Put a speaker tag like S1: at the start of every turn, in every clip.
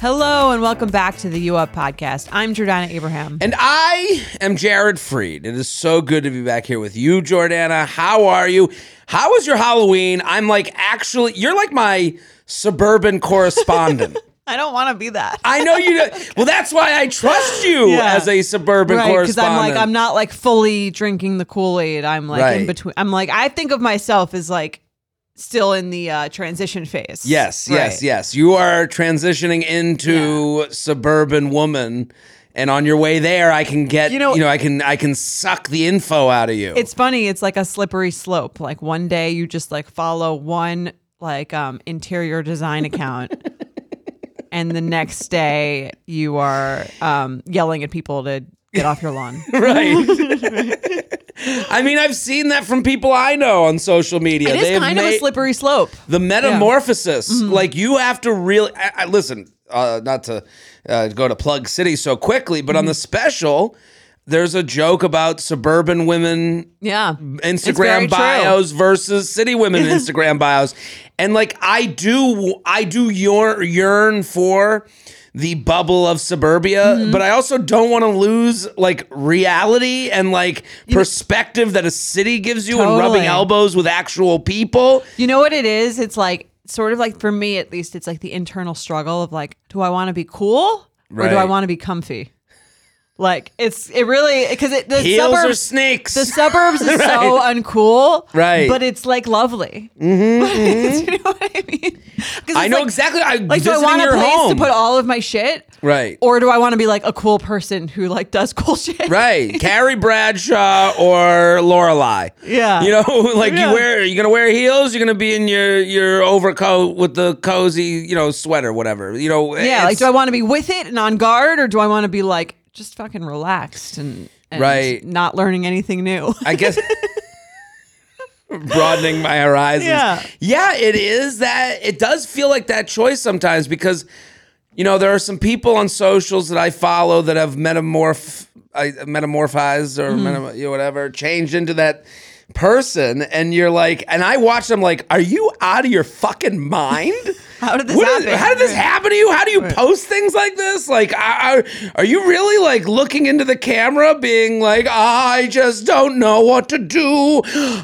S1: Hello and welcome back to the U Up podcast. I'm Jordana Abraham.
S2: And I am Jared Freed. It is so good to be back here with you, Jordana. How are you? How was your Halloween? I'm like, actually, you're like my suburban correspondent.
S1: I don't want to be that.
S2: I know you. Well, that's why I trust you
S1: Yeah.
S2: as a suburban
S1: Right, because
S2: correspondent.
S1: I'm like I'm not like fully drinking the Kool Aid. I'm like
S2: Right.
S1: in between. I'm like I think of myself as like still in the uh, transition phase.
S2: Yes, yes,
S1: Right.
S2: yes. You are transitioning into suburban woman, and on your way there, I can get you
S1: You
S2: know,
S1: know-
S2: I can I can suck the info out of you.
S1: It's funny. It's like a slippery slope. Like one day you just like follow one like um, interior design account, and the next day you are um, yelling at people to get off your lawn.
S2: right. I mean, I've seen that from people I know on social media.
S1: It
S2: They
S1: is
S2: have
S1: kind of a
S2: made-
S1: slippery slope.
S2: the metamorphosis.
S1: Mm-hmm.
S2: Like you have to really I, I, listen. Uh, not to uh, go to Plug City so quickly, but
S1: Mm-hmm.
S2: on the special, there's a joke about suburban women
S1: Yeah.
S2: Instagram
S1: very true.
S2: bios versus city women Instagram bios. And like I do I do yearn, yearn for the bubble of suburbia,
S1: Mm-hmm.
S2: but I also don't want to lose like reality and like perspective that a city gives you and rubbing
S1: Totally.
S2: elbows with actual people.
S1: You know what it is? It's like sort of like for me at least, it's like the internal struggle of like, do I want to be cool or
S2: Right.
S1: do I want to be comfy? Like it's it really because it the
S2: Heels
S1: suburbs
S2: are snakes.
S1: the suburbs is so uncool,
S2: Right. Mm-hmm,
S1: But it's like lovely. you know what I mean? 'Cause
S2: I
S1: it's
S2: know
S1: like-
S2: exactly. I
S1: Like, do I
S2: visiting
S1: want a
S2: your
S1: place
S2: home.
S1: to put all of my shit,
S2: Right.
S1: Or do I want to be like a cool person who like does cool shit,
S2: Right, Carrie Bradshaw or Lorelai.
S1: Yeah.
S2: you know, like
S1: Yeah.
S2: you wear, you're gonna wear heels. You're gonna be in your your overcoat with the cozy, you know, sweater, whatever. You know,
S1: Yeah, like
S2: it's-
S1: do I want to be with it and on guard, or do I want to be like just fucking relaxed and, and
S2: Right.
S1: not learning anything new?
S2: I guess broadening my horizons.
S1: Yeah.
S2: Yeah, it is that it does feel like that choice sometimes because you know, there are some people on socials that I follow that have metamorph I, metamorphized or
S1: Mm-hmm.
S2: metam- you know, whatever, changed into that person and you're like and I watch them like, are you out of your fucking mind?
S1: How did this
S2: What is-
S1: happen?
S2: how did this happen to you? How do you post things like this? Like, are, are- are you really like looking into the camera, being like, I just don't know what to do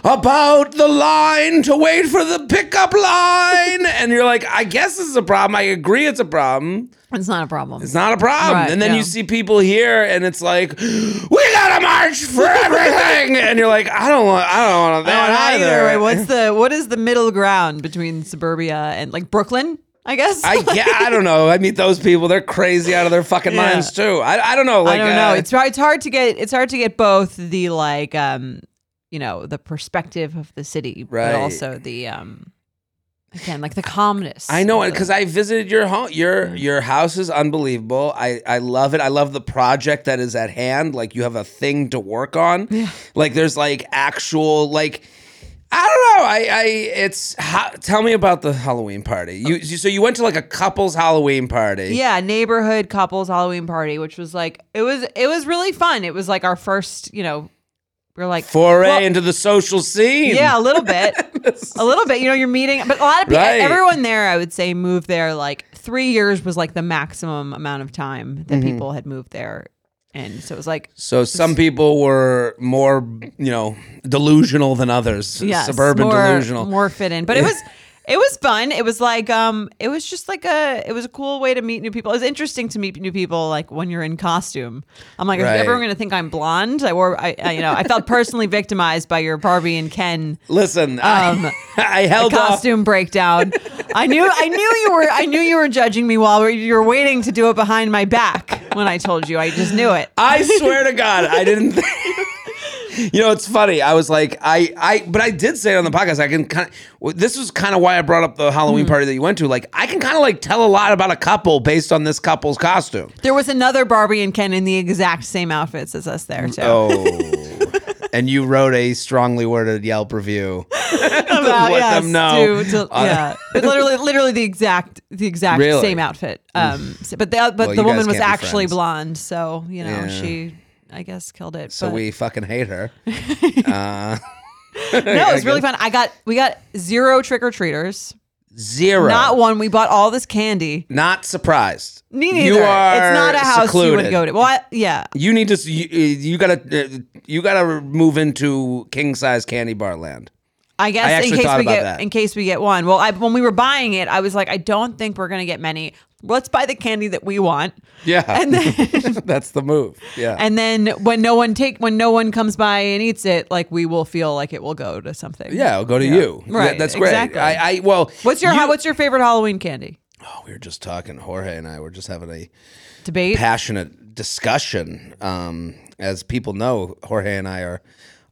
S2: about the line to wait for the pickup line? and you're like, I guess this is a problem. I agree, it's a problem.
S1: It's not a problem.
S2: It's not a problem.
S1: Right,
S2: and then
S1: yeah.
S2: you see people here, and it's like, we gotta march for everything. and you're like, I don't want, I don't want that
S1: either.
S2: either.
S1: way, what's the what is the middle ground between suburbia and like Brooklyn? I guess.
S2: I yeah, I don't know. I meet those people; they're crazy out of their fucking
S1: Yeah.
S2: minds too. I, I don't know.
S1: I
S2: Like,
S1: don't know.
S2: uh,
S1: it's it's hard to get it's hard to get both the like um you know the perspective of the city,
S2: Right.
S1: but also the um again like the calmness.
S2: I know
S1: of
S2: it
S1: the-
S2: because I visited your home.
S1: Mm-hmm.
S2: Your your house is unbelievable. I I love it. I love the project that is at hand. Like you have a thing to work on. Like there's like actual like. I don't know. I, I it's how, tell me about the Halloween party. You, you so you went to like a couple's Halloween party.
S1: Yeah, neighborhood couples Halloween party, which was like it was it was really fun. It was like our first, you know, we are like
S2: Foray
S1: well,
S2: into the social scene.
S1: yeah, a little bit, a little bit. You know, you're meeting, but a lot of people,
S2: Right.
S1: everyone there, I would say, moved there. Like three years was like the maximum amount of time that people had moved there, and so it was like
S2: So some people were more, you know, delusional than others.
S1: yes,
S2: suburban
S1: more,
S2: delusional.
S1: more fit in. But it was it was fun. It was like um, it was just like a it was a cool way to meet new people. It was interesting to meet new people like when you're in costume. I'm like,
S2: Right.
S1: is everyone gonna think I'm blonde? I wore I, I you know I felt personally victimized by your Barbie and Ken
S2: Listen,
S1: Um,
S2: I, I held off.
S1: costume breakdown. I knew I knew you were I knew you were judging me while you were waiting to do it behind my back when I told you. I just knew it.
S2: I swear to God, I didn't. Think, You know, it's funny. I was like, I, I, but I did say it on the podcast. I can kind of. This was kind of why I brought up the Halloween
S1: Hmm.
S2: party that you went to. Like, I can kind of like tell a lot about a couple based on this couple's costume.
S1: There was another Barbie and Ken in the exact same outfits as us there too.
S2: Oh. and you wrote a strongly worded Yelp review.
S1: about
S2: let
S1: yes,
S2: them know.
S1: to- to-
S2: Uh,
S1: yeah, But literally, literally the exact, the exact
S2: Really?
S1: same outfit. Um, so- but the but
S2: Well,
S1: the
S2: you guys
S1: woman was
S2: can't be
S1: actually
S2: friends.
S1: blonde, so you know
S2: Yeah.
S1: she, I guess, killed it.
S2: So
S1: but,
S2: we fucking hate her.
S1: no, it was really fun. I got we got zero trick or treaters,
S2: Zero.
S1: not one. We bought all this candy.
S2: Not surprised.
S1: Me neither.
S2: You are
S1: it's not a house
S2: secluded.
S1: you would go to. Well, I, yeah,
S2: You need to. s- You, you gotta. uh, You gotta move into king size candy bar land.
S1: I guess
S2: I actually
S1: in case
S2: thought
S1: we
S2: about
S1: get
S2: that.
S1: in case we get one. Well, I, when we were buying it, I was like, I don't think we're gonna get many. Let's buy the candy that we want,
S2: Yeah,
S1: and then.
S2: that's the move. Yeah,
S1: And then when no one take when no one comes by and eats it, like we will feel like it will go to something.
S2: yeah. I'll go to you. Yeah,
S1: Right,
S2: that's great.
S1: exactly.
S2: I, I. Well,
S1: What's your
S2: you-
S1: what's your favorite Halloween candy
S2: Oh, we were just talking. Jorge and I were just having a
S1: debate?
S2: passionate discussion. Um, as people know, Jorge and I are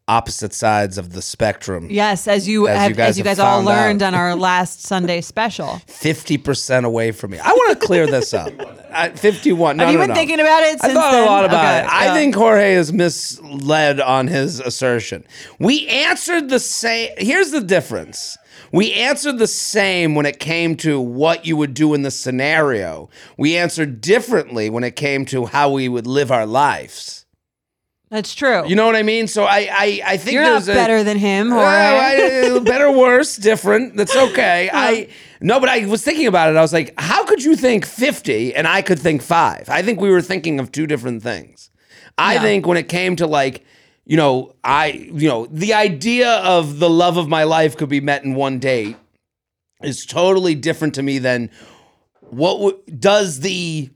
S2: opposite sides of the spectrum.
S1: yes, as you
S2: As you
S1: have,
S2: guys
S1: as you
S2: have
S1: guys all
S2: found
S1: learned
S2: out.
S1: on our last Sunday special.
S2: fifty percent away from me. I want to clear this up. I, Fifty-one. No,
S1: Have you
S2: no,
S1: been
S2: no.
S1: thinking about it
S2: I
S1: since
S2: thought
S1: then?
S2: a lot about
S1: Okay, Uh,
S2: it. I
S1: yeah.
S2: think Jorge is misled on his assertion. We answered the same. Here's the difference. We answered the same when it came to what you would do in the scenario. We answered differently when it came to how we would live our lives.
S1: That's true.
S2: You know what I mean? So I, I, I think
S1: You are not
S2: there's a,
S1: better than him, or
S2: well, I- uh, better, worse, different. That's okay. I no, but I was thinking about it. I was like, how could you think fifty and I could think five? I think we were thinking of two different things. I
S1: Yeah.
S2: think when it came to like, you know, I, you know, the idea of the love of my life could be met in one date is totally different to me than what w- does the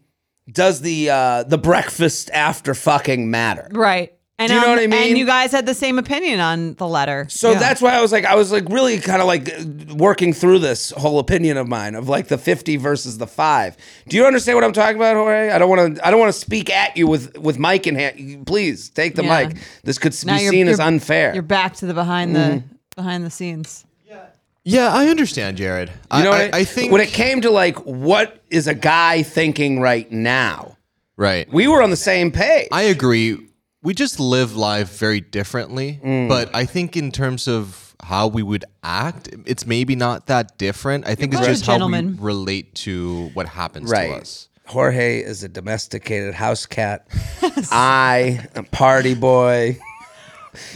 S2: does the uh the breakfast after fucking matter
S1: right? And um,
S2: Do you know what I mean?
S1: And you guys had the same opinion on the letter.
S2: So
S1: Yeah.
S2: that's why I was like, I was like really kind of like uh, working through this whole opinion of mine of like the 50 versus the five. Do you understand what I'm talking about, Jorge? I don't want to, I don't want to speak at you with, with mic in hand. Please take the
S1: Yeah.
S2: mic. This could s-
S1: Now
S2: be
S1: you're-
S2: seen as
S1: you're-
S2: unfair.
S1: You're
S2: You
S1: back to the behind
S2: Mm-hmm.
S1: the behind the scenes.
S3: Yeah, I understand, Jared. I,
S2: know
S3: I,
S2: what
S3: I think
S2: when it came to like, what is a guy thinking right now?
S3: right.
S2: We were on the same page.
S3: I agree. We just live life very differently,
S2: Mm.
S3: but I think in terms of how we would act, it's maybe not that different. I think it's
S1: You're
S3: just
S1: a
S3: how we
S1: gentleman.
S3: relate to what happens to us.
S2: Jorge is a domesticated house cat. I, a party boy,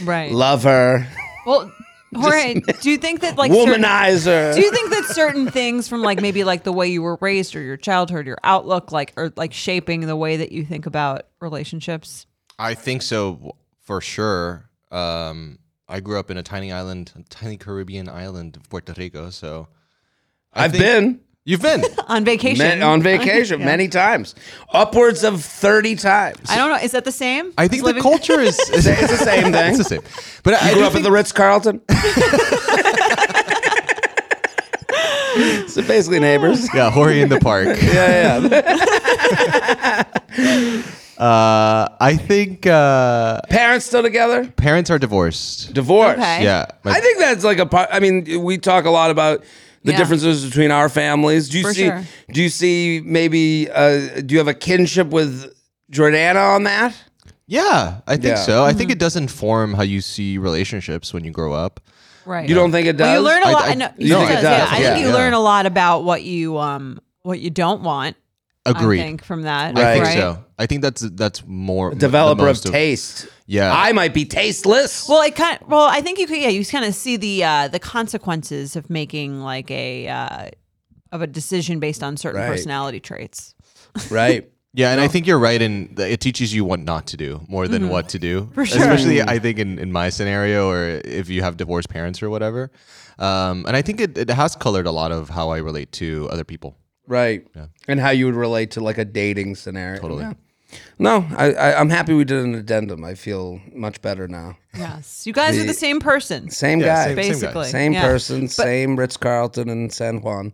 S1: Right.
S2: lover,
S1: well, Jorge, do you think that like certain-
S2: womanizer.
S1: Do you think that certain things from like maybe like the way you were raised or your childhood, your outlook, like are like shaping the way that you think about relationships?
S3: I think so w- for sure. Um, I grew up in a tiny island, a tiny Caribbean island of Puerto Rico. So I
S2: I've
S3: think-
S2: been.
S3: You've been.
S1: On vacation.
S2: Men- on vacation
S1: Yeah.
S2: many times, upwards of thirty times.
S1: I don't know. Is that the same?
S3: I
S1: Is
S3: think the
S1: living-
S3: culture is, is
S2: It's the same thing.
S3: it's the same. But I, I
S2: I
S3: do
S2: grew up at
S3: think-
S2: the Ritz Carlton. so basically, neighbors.
S3: yeah, Hori in the park.
S2: Yeah, yeah.
S3: Uh, I think uh,
S2: Parents still together?
S3: parents are divorced.
S2: Divorce.
S1: Okay.
S3: Yeah, my-
S2: I think that's like a part. I mean, we talk a lot about the
S1: Yeah.
S2: differences between our families. Do you
S1: For
S2: see?
S1: sure.
S2: Do you see maybe? Uh, do you have a kinship with Jordana on that?
S3: yeah, I think
S2: Yeah.
S3: so. I
S1: Mm-hmm.
S3: think it does inform how you see relationships when you grow up.
S1: right.
S2: You don't think it does?
S1: Well, you learn a
S3: I-
S1: lot.
S3: I-
S1: no,
S3: you
S2: think it does,
S1: does, Yeah. I
S2: yeah.
S1: think you
S3: Yeah.
S1: learn a lot about what you um what you don't want.
S3: Agreed.
S1: I think from that.
S3: I
S2: Right.
S3: think
S1: right?
S3: so. I think that's that's more the
S2: developer of
S3: most
S2: taste.
S3: Yeah.
S2: I might be tasteless.
S1: Well, it kind well, I think you could yeah, you kind of see the uh, the consequences of making like a uh, of a decision based on certain
S2: Right.
S1: personality traits.
S2: right.
S3: Yeah, and I think you're right in that it teaches you what not to do more than what to do. For
S1: Mm-hmm. sure.
S3: Especially I think in, in my scenario or if you have divorced parents or whatever. Um, and I think it, it has colored a lot of how I relate to other people.
S2: Right. And how you would relate to like a dating scenario.
S3: Totally.
S2: Yeah. No, I, I, I'm happy we did an addendum. I feel much better now.
S1: Yes, you guys are
S2: The-
S1: the same person,
S2: Same
S3: Yeah,
S2: guy. Same,
S3: guy.
S1: basically. Yeah.
S2: person, same Ritz Carlton and San Juan.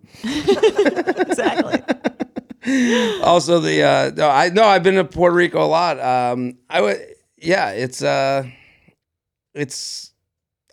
S1: exactly.
S2: Also, the uh, no, I no, I've been to Puerto Rico a lot. Um, I would, yeah, it's uh, It's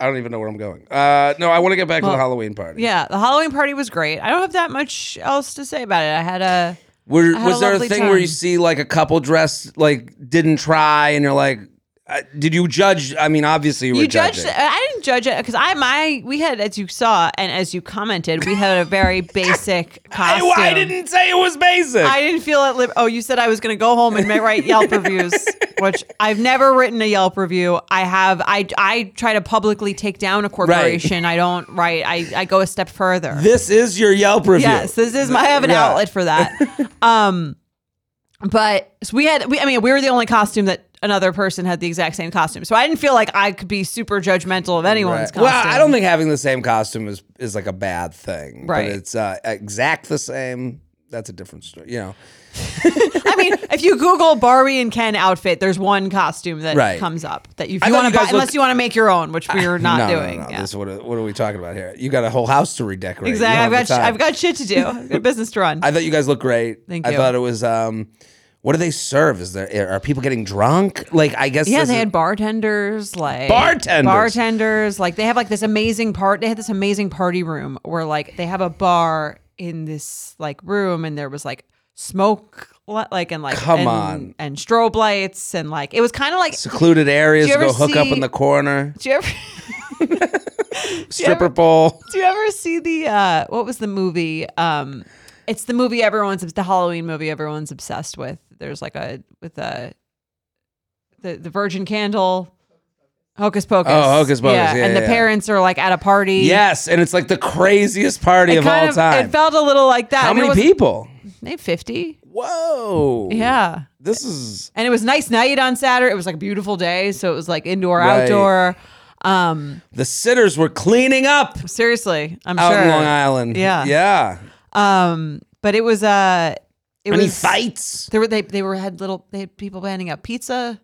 S2: I don't even know where I'm going. Uh, no, I want to get back to
S1: Well,
S2: the Halloween party.
S1: Yeah, the Halloween party was great. I don't have that much else to say about it. I had a
S2: Were,
S1: I had
S2: was
S1: a
S2: there a
S1: lovely
S2: thing where you
S1: time.
S2: see like a couple dressed like didn't try and you're like, uh, did you judge? I mean, obviously you were
S1: you
S2: judging.
S1: judged. I didn't judge it because I my we had as you saw and as you commented we had a very basic
S2: I,
S1: costume.
S2: I didn't say it was basic.
S1: I didn't feel it. Lib- oh, you said I was going to go home and ma- write Yelp reviews, which I've never written a Yelp review. I have. I I try to publicly take down a corporation. I don't write. I I go a step further.
S2: this is your Yelp review.
S1: Yes, this is my. I have an
S2: Yeah.
S1: outlet for that. um, but so we had. We, I mean, we were the only costume that another person had the exact same costume. So I didn't feel like I could be super judgmental of anyone's
S2: Right.
S1: costume.
S2: Well, I don't think having the same costume is is like a bad thing.
S1: Right.
S2: But it's uh, exact the same. That's a different story. You know.
S1: I mean, if you Google Barbie and Ken outfit, there's one costume that
S2: Right.
S1: comes up that you, if
S2: I
S1: you
S2: thought you
S1: want to buy,
S2: guys looked-
S1: unless you want to make your own, which we're not
S2: no,
S1: doing.
S2: No, no,
S1: Yeah.
S2: This, what, what are we talking about here? You got a whole house to redecorate. You
S1: Exactly.
S2: don't have
S1: I've got
S2: the
S1: sh-
S2: time.
S1: I've got shit to do. I've got business to run.
S2: I thought you guys looked great.
S1: Thank
S2: I
S1: you.
S2: thought it was. Um, what do they serve? Is there are people getting drunk? Like I guess.
S1: yeah,
S2: this
S1: they
S2: is-
S1: had bartenders, like
S2: Bartenders?
S1: bartenders. Like they have like this amazing part. They had this amazing party room where like they have a bar in this like room, and there was like smoke, li- like and like
S2: Come
S1: and,
S2: on.
S1: and strobe lights, and like it was kind of like.
S2: secluded areas
S1: Do
S2: to
S1: you
S2: go
S1: ever
S2: hook up
S1: see-
S2: in the corner,
S1: do you ever
S2: stripper pole.
S1: do you ever see the uh, what was the movie? Um, it's the movie everyone's the Halloween movie everyone's obsessed with. There's like a with a the the Virgin Candle. Hocus Pocus.
S2: Oh, Hocus Pocus. Yeah,
S1: and
S2: yeah,
S1: the
S2: yeah.
S1: parents are like at a party.
S2: Yes, and it's like the craziest party
S1: It
S2: of
S1: kind
S2: all
S1: of-
S2: time.
S1: It felt a little like that.
S2: How
S1: I mean,
S2: many
S1: it wasn't-
S2: people? Hmm.
S1: Maybe 50.
S2: Whoa.
S1: Yeah.
S2: This is
S1: And it was nice night on Saturday. It was like a beautiful day. So it was like indoor,
S2: Right.
S1: outdoor. Um,
S2: the sitters were cleaning up
S1: seriously, I'm
S2: out
S1: sure.
S2: in Long Island.
S1: Yeah.
S2: Yeah.
S1: Um, but it was uh it
S2: Any
S1: was
S2: fights?
S1: There were they they were had little they had people handing out pizza,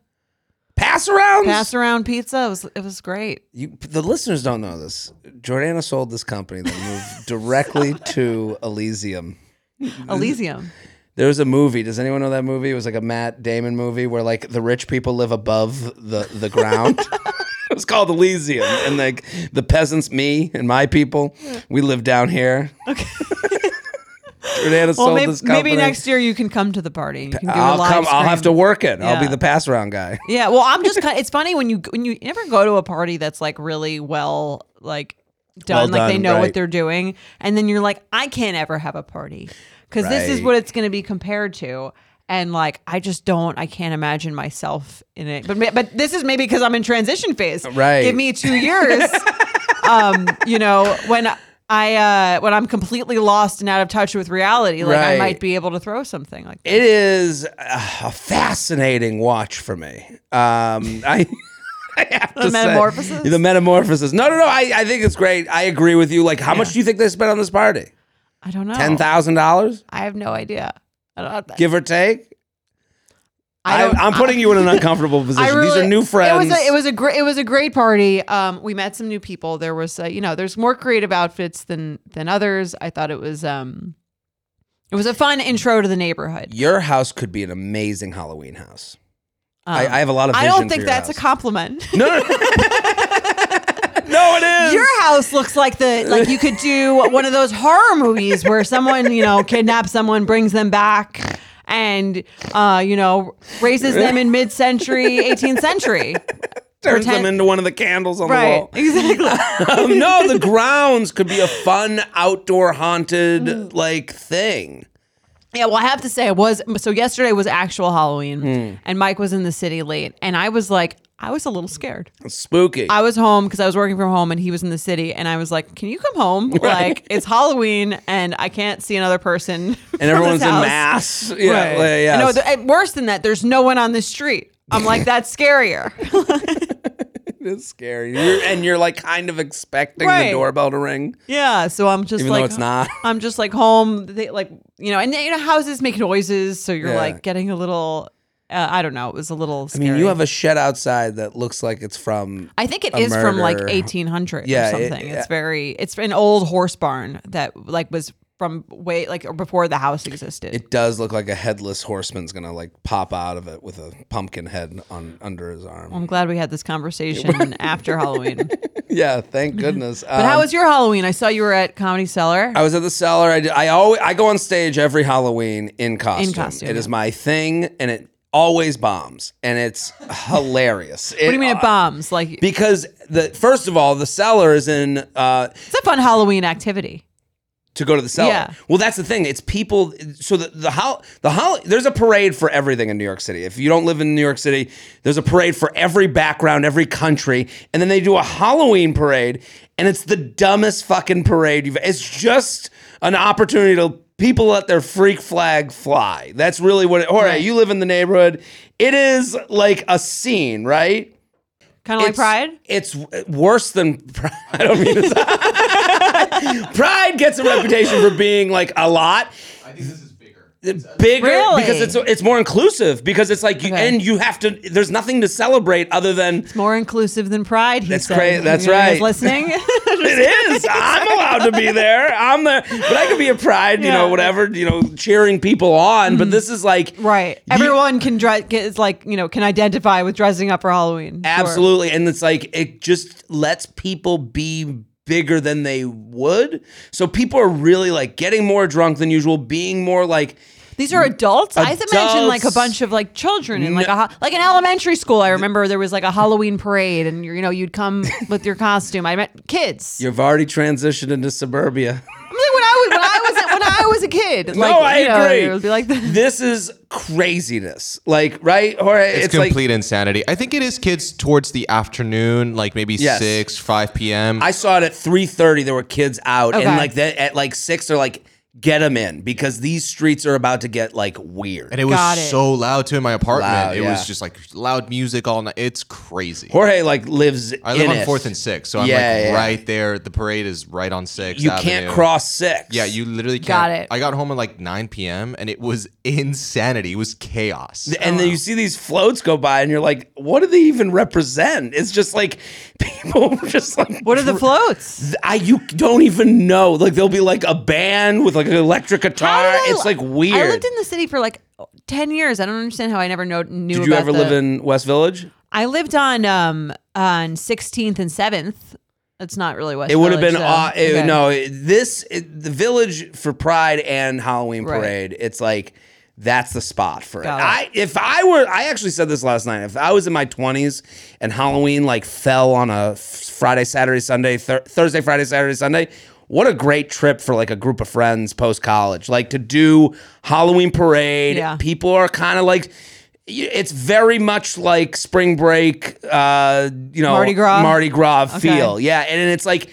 S2: Pass arounds?
S1: pass around pizza. It was it was great.
S2: you, the listeners don't know this. Jordana sold this company that moved directly to Elysium.
S1: Mm-hmm. Elysium.
S2: There was a movie. Does anyone know that movie? It was like a Matt Damon movie where like the rich people live above the the ground. it was called Elysium, and like the peasants, me and my people, we live down here. Okay. Jordana sold
S1: Well, maybe,
S2: this company.
S1: maybe next year you can come to the party. You can do a
S2: I'll
S1: live
S2: come. I'll
S1: stream.
S2: have to work it. I'll be
S1: Yeah.
S2: the pass around guy.
S1: Yeah. Well, I'm just. Kind it's funny when you when you ever go to a party that's like really well like done,
S2: Well
S1: like they
S2: done,
S1: know
S2: right.
S1: what they're doing, and then you're like, I can't ever have a party because this is
S2: Right.
S1: what it's going to be compared to. And like I just don't, I can't imagine myself in it. But ma- but this is maybe because I'm in transition phase.
S2: Right.
S1: Give me two years. um, you know when I uh when I'm completely lost and out of touch with reality, like I
S2: Right.
S1: might be able to throw something like that.
S2: It is a fascinating watch for me. Um, I. I have to say-
S1: metamorphosis?
S2: the metamorphosis. No, no, no. I, I think it's great. I agree with you. Like, how much do you think they spent on this party?
S1: I don't know.
S2: Ten thousand dollars,
S1: I have no idea. I don't,
S2: give or take.
S1: I
S2: I
S1: don't-
S2: I'm putting you in an uncomfortable position. These are
S1: really-
S2: new friends.
S1: It was a, it was a great it was a great party. Um, we met some new people. There was uh, you know there's more creative outfits than than others. I thought it was um, it was a fun intro to the neighborhood.
S2: your house could be an amazing Halloween house.
S1: Um,
S2: I, I have a lot of.
S1: I
S2: Vision
S1: don't
S2: for
S1: think
S2: your
S1: that's a
S2: house.
S1: compliment.
S2: no, no, no, it is.
S1: Your house looks like the like you could do one of those horror movies where someone you know kidnaps someone, brings them back, and uh, you know raises them in mid-century, 18th century.
S2: Turns
S1: pretend-
S2: them into one of the candles on the
S1: Right,
S2: wall.
S1: exactly.
S2: Um, no, the grounds could be a fun outdoor
S1: Mm.
S2: haunted like thing.
S1: Yeah, well, I have to say, it was so yesterday was actual Halloween,
S2: Hmm.
S1: and Mike was in the city late, and I was like, I was a little scared.
S2: Spooky.
S1: I was home because I was working from home, and he was in the city, and I was like, "Can you come home? Like, it's Halloween, and I can't see another person."
S2: and everyone's in masks. Yeah, like, yes.
S1: No, worse than that, there's no one on the street. I'm like, that's scarier.
S2: it's scary. You're, and you're like kind of expecting the
S1: Right.
S2: doorbell to ring,
S1: yeah, so I'm just
S2: even
S1: like,
S2: though it's not.
S1: I'm just like home, they, like you know, and you know, houses make noises, so you're
S2: Yeah.
S1: like getting a little. Uh, I don't know. It was a little.
S2: I
S1: Scary.
S2: mean, you have a shed outside that looks like it's from.
S1: I think it
S2: a
S1: is from like
S2: murder.
S1: 1800
S2: Yeah,
S1: or
S2: it-
S1: something.
S2: yeah.
S1: it's very. It's an old horse barn that like was from way like before the house existed.
S2: It does look like a headless horseman's gonna like pop out of it with a pumpkin head on under his arm.
S1: I'm glad we had this conversation after
S2: um,
S1: Halloween.
S2: yeah, thank goodness.
S1: But how was your Halloween? I saw you were at Comedy Cellar.
S2: I was at the cellar. I, did- I always I go on stage every Halloween in costume.
S1: costume,
S2: It is
S1: yeah.
S2: my thing, and it always bombs, and it's hilarious. uh,
S1: what do you mean it bombs? Like it's
S2: Because the first of all, the cellar is in uh,
S1: a fun Halloween activity.
S2: to go to the cellar.
S1: Yeah.
S2: Well, that's the thing. It's people. So the the how the how there's a parade for everything in New York City. If you don't live in New York City, there's a parade for every background, every country, and then they do a Halloween parade, and it's the dumbest fucking parade you've. It's just an opportunity to people let their freak flag fly. That's really what. It, Jorge, you live in the neighborhood. It is like a scene, right?
S1: Kind of like Pride.
S2: It's w- worse than Pride. I don't mean to say- Pride gets a reputation for being like a lot
S3: I think this is bigger.
S2: bigger
S1: Really?
S2: because it's it's more inclusive because it's like you,
S1: Okay.
S2: and you have to there's nothing to celebrate other than
S1: More inclusive than Pride. He
S2: That's
S1: said.
S2: great. That's
S1: You guys
S2: right.
S1: Listening.
S2: it is. I'm allowed to be there. I'm there, but I could be a pride, you
S1: Yeah. Mm-hmm.
S2: know, whatever, you know, cheering people on. But this is like
S1: Right. Everyone can dress. Is like you know can identify with dressing up for Halloween. Sure.
S2: Absolutely. And it's like, it just lets people be bigger than they would. So people are really like getting more drunk than usual, being more like,
S1: These are adults. I had mentioned like a
S2: Adults.
S1: bunch of like children in like a ho- like an elementary school. I remember there was like a Halloween parade, and you're, you know you'd come with your costume. I met kids.
S2: you've already transitioned into suburbia.
S1: I'm like when I was when I was when I was a kid. Like,
S2: no, I
S1: you know,
S2: agree.
S1: It would be like that.
S2: this is craziness. Like, right? Or it's,
S3: It's,
S2: like,
S3: complete insanity. I think it is kids towards the afternoon, like maybe
S2: Yes.
S3: six, five p.m.
S2: I saw it at 3.30. There were kids out. And
S1: Okay.
S2: like that at like six, they're like, get them in because these streets are about to get like weird.
S3: and it was
S1: Got it.
S3: so loud too in my apartment.
S2: Loud,
S3: it
S2: yeah.
S3: was just like loud music all night. It's crazy.
S2: Jorge like lives
S3: I live
S2: in
S3: on
S2: it.
S3: fourth and sixth, so I'm
S2: Yeah,
S3: like
S2: yeah.
S3: right there. The parade is right on sixth.
S2: You can't
S3: Avenue.
S2: cross six.
S3: Yeah, you literally can't.
S1: Got it.
S3: I got home at like 9 p.m. and it was insanity. It was chaos.
S2: and
S1: Oh.
S2: then you see these floats go by and you're like what do they even represent it's just like people were just like
S1: What are the floats?
S2: I you don't even know like there'll be like a band with like an electric guitar
S1: How did I-
S2: it's like weird
S1: I lived in the city for like ten years. I don't understand how I never know, knew.
S2: did you
S1: about
S2: ever
S1: the-
S2: live in West Village
S1: I lived on um on Sixteenth and Seventh. That's not really West.
S2: it would have
S1: Village,
S2: been
S1: though.
S2: aw- it-
S1: Okay.
S2: no it- this it- the village for pride and halloween
S1: Right.
S2: parade it's like that's the spot for it.
S1: Got it.
S2: I if I were I actually said this last night. If I was in my 20s and Halloween like fell on a f- Friday, Saturday, Sunday, thur- Thursday, Friday, Saturday, Sunday, what a great trip for like a group of friends post college. Like to do Halloween parade.
S1: Yeah.
S2: People are kind of like y- it's very much like spring break uh you know
S1: Mardi Gras?
S2: Mardi Gras feel. Yeah, and, and it's like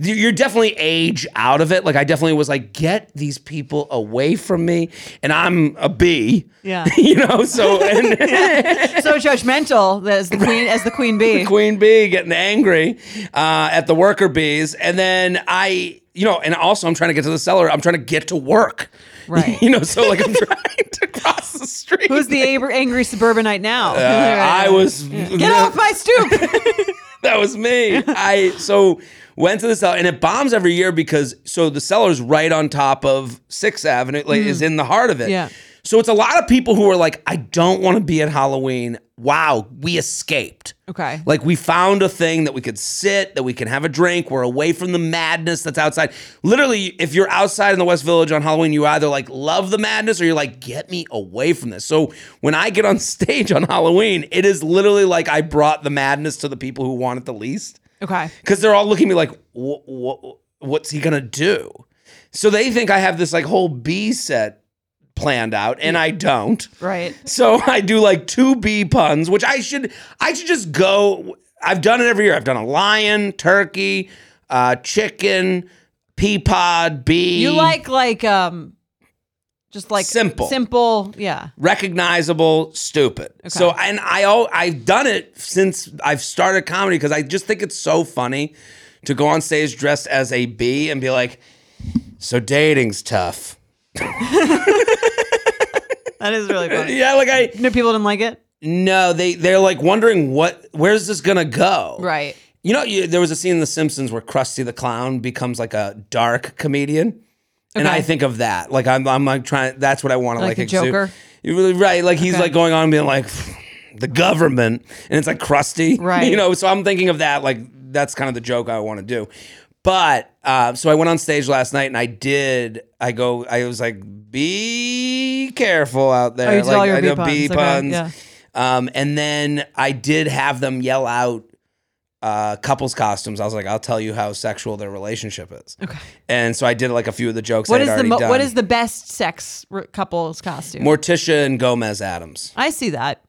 S2: you- you're definitely age out of it. Like I definitely was like, get these people away from me, and I'm a bee.
S1: Yeah.
S2: you know. So and
S1: so judgmental as the queen as the queen bee.
S2: queen bee getting angry uh, at the worker bees, and then I, you know, and also I'm trying to get to the cellar. I'm trying to get to work.
S1: Right.
S2: you know, so like I'm trying to cross the street.
S1: Who's the ab- angry suburbanite now?
S2: Uh, I was
S1: Get off my stoop.
S2: that was me. I so went to the cellar and it bombs every year because so the cellar's right on top of Sixth Avenue, like is in the heart of it.
S1: Yeah.
S2: So it's a lot of people who are like, I don't want to be at Halloween. Wow, we escaped.
S1: okay.
S2: Like we found a thing that we could sit, that we can have a drink. We're away from the madness that's outside. Literally, if you're outside in the West Village on Halloween, you either like love the madness or you're like, get me away from this. So when I get on stage on Halloween, it is literally like I brought the madness to the people who want it the least
S1: okay.
S2: because they're all looking at me like, "Wha- wha- what's he gonna do? So they think I have this like whole B set planned out, and I don't.
S1: Right.
S2: So I do like two B puns, which I should I should just go. I've done it every year. I've done a lion, turkey, uh, chicken, pea pod, bee.
S1: You like like um just like
S2: Simple.
S1: Simple. Yeah.
S2: recognizable, stupid. So and I al- I've done it since I've started comedy because I just think it's so funny to go on stage dressed as a bee and be like, so dating's tough.
S1: That is really funny.
S2: Yeah, like I
S1: No people didn't like it.
S2: no, they they're like wondering what where's this gonna go?
S1: Right.
S2: You know, you, there was a scene in The Simpsons where Krusty the Clown becomes like a dark comedian. And
S1: Okay.
S2: I think of that. Like I'm I'm like trying that's what I want to like,
S1: Like a
S2: exude.
S1: Joker?
S2: You really right. Like he's
S1: Okay.
S2: like going on and being like the government and it's like crusty.
S1: Right.
S2: You know, so I'm thinking of that like that's kind of the joke I want to do. But uh, so I went on stage last night and I did I go I was like be careful out there.
S1: Oh, you did
S2: like
S1: all your
S2: I
S1: bee
S2: know
S1: puns.
S2: bee
S1: Okay,
S2: puns.
S1: yeah.
S2: Um, and then I did have them yell out uh, couples costumes. I was like, I'll tell you how sexual their relationship is. Okay. And so I did like a few of the jokes.
S1: What
S2: I
S1: is
S2: had
S1: the
S2: already
S1: mo-
S2: done.
S1: what is the best sex r- couples costume?
S2: Morticia and Gomez Adams?
S1: I see that.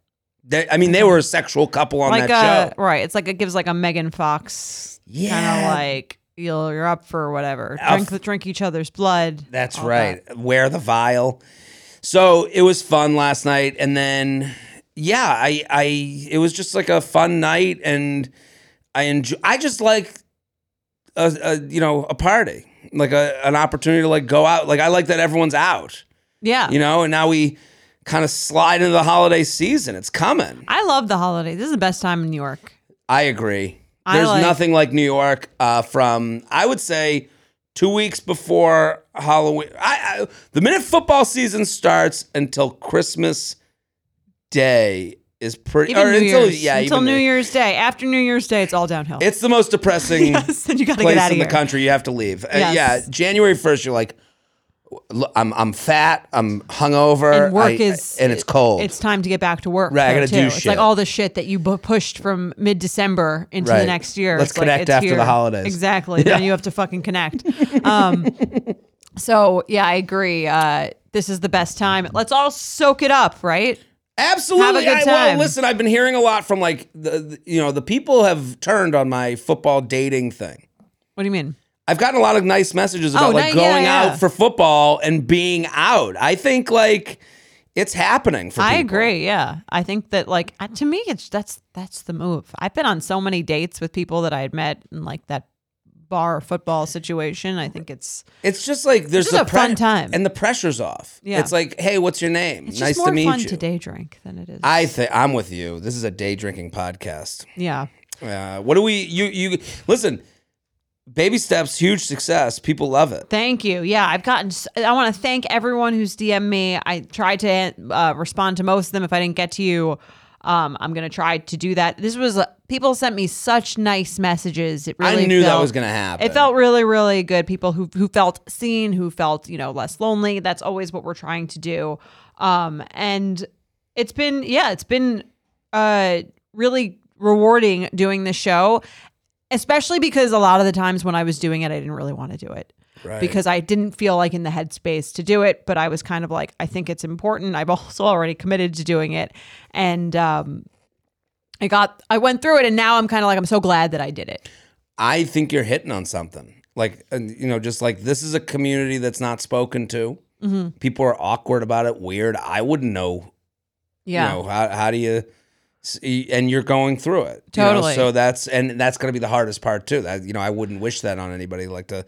S2: They, I mean, they were a sexual couple on
S1: Like uh,
S2: that
S1: a
S2: show.
S1: right. It's like it gives like a Megan Fox kind
S2: Yeah.
S1: of like you'll you're up for whatever.
S2: I'll
S1: Drink
S2: f-
S1: drink each other's blood.
S2: That's
S1: all
S2: right. Wear the vial. So it was fun last night, and then yeah, I I it was just like a fun night, and I enjoy. I just like a, a you know a party, like a, an opportunity to like go out. Like I like that everyone's out.
S1: Yeah.
S2: you know and now we kind of slide into the holiday season it's coming
S1: I love the holidays. This is the best time in New York.
S2: i agree
S1: I
S2: there's
S1: like-
S2: nothing like new york uh, from i would say two weeks before halloween I, I, the minute football season starts until christmas day is pretty
S1: Even
S2: or
S1: New
S2: until
S1: Year's.
S2: yeah
S1: until
S2: even
S1: New
S2: New-
S1: Year's Day. After New Year's Day, it's all downhill.
S2: it's the most depressing
S1: yes, and you got to
S2: place
S1: get out of
S2: in
S1: here.
S2: the country you have to leave. Uh,
S1: Yes.
S2: yeah, January first, you're like, "Look, I'm I'm fat, I'm hungover,
S1: And work
S2: I-
S1: is
S2: and it's cold.
S1: It's time to get back to work.
S2: Right, I
S1: though,
S2: gotta
S1: too.
S2: do
S1: It's
S2: shit.
S1: like all the shit that you bu- pushed from mid December into
S2: Right.
S1: the next year.
S2: Let's
S1: It's like,
S2: connect
S1: it's
S2: after the
S1: here.
S2: holidays.
S1: Exactly. Then you have to fucking connect. Um, so yeah, I agree. Uh, this is the best time. Let's all soak it up, right?
S2: Absolutely.
S1: Have a good
S2: I, well,
S1: time.
S2: listen, I've been hearing a lot from like the, the- you know the people have turned on my football dating thing.
S1: What do you mean?
S2: I've gotten a lot of nice messages about
S1: Oh,
S2: like
S1: ni- yeah,
S2: going
S1: yeah.
S2: out for football and being out. I think like it's happening for
S1: I
S2: people.
S1: agree. Yeah, I think that like uh, to me, it's that's that's the move. I've been on so many dates with people that I had met in like that bar football situation. I think it's
S2: It's just like there's
S1: just
S2: the
S1: a fun time.
S2: and the pressure's off.
S1: Yeah.
S2: It's like, hey, what's your name?
S1: it's
S2: nice
S1: just more
S2: to meet
S1: fun
S2: you.
S1: to day drink than it is.
S2: I think I'm with you. This is a day drinking podcast.
S1: yeah.
S2: Uh, what do we you you listen? Baby steps, huge success. People love it.
S1: Thank you. Yeah, I've gotten. s- I want to thank everyone who's DM'd me. I tried to uh, respond to most of them. If I didn't get to you, um, I'm gonna try to do that. This was uh, people sent me such nice messages. It really
S2: I knew that
S1: felt-
S2: was gonna happen.
S1: It felt really, really good. People who who felt seen, who felt you know less lonely. That's always what we're trying to do. Um, and it's been yeah, it's been uh really rewarding doing the show, especially because a lot of the times when I was doing it, I didn't really want to do it.
S2: Right.
S1: Because I didn't feel like in the headspace to do it, but I was kind of like, I think it's important. I've also already committed to doing it, and um, I got, I went through it, and now I'm kind of like, I'm so glad that I did it.
S2: I think you're hitting on something. Like, and, you know, just like this is a community that's not spoken to.
S1: Mm-hmm.
S2: People are awkward about it, weird. I wouldn't know.
S1: Yeah,
S2: You know, how, how do you, see, and you're going through it. you know?
S1: Totally.
S2: So that's, and that's going to be the hardest part too. That, you know, I wouldn't wish that on anybody. Like to,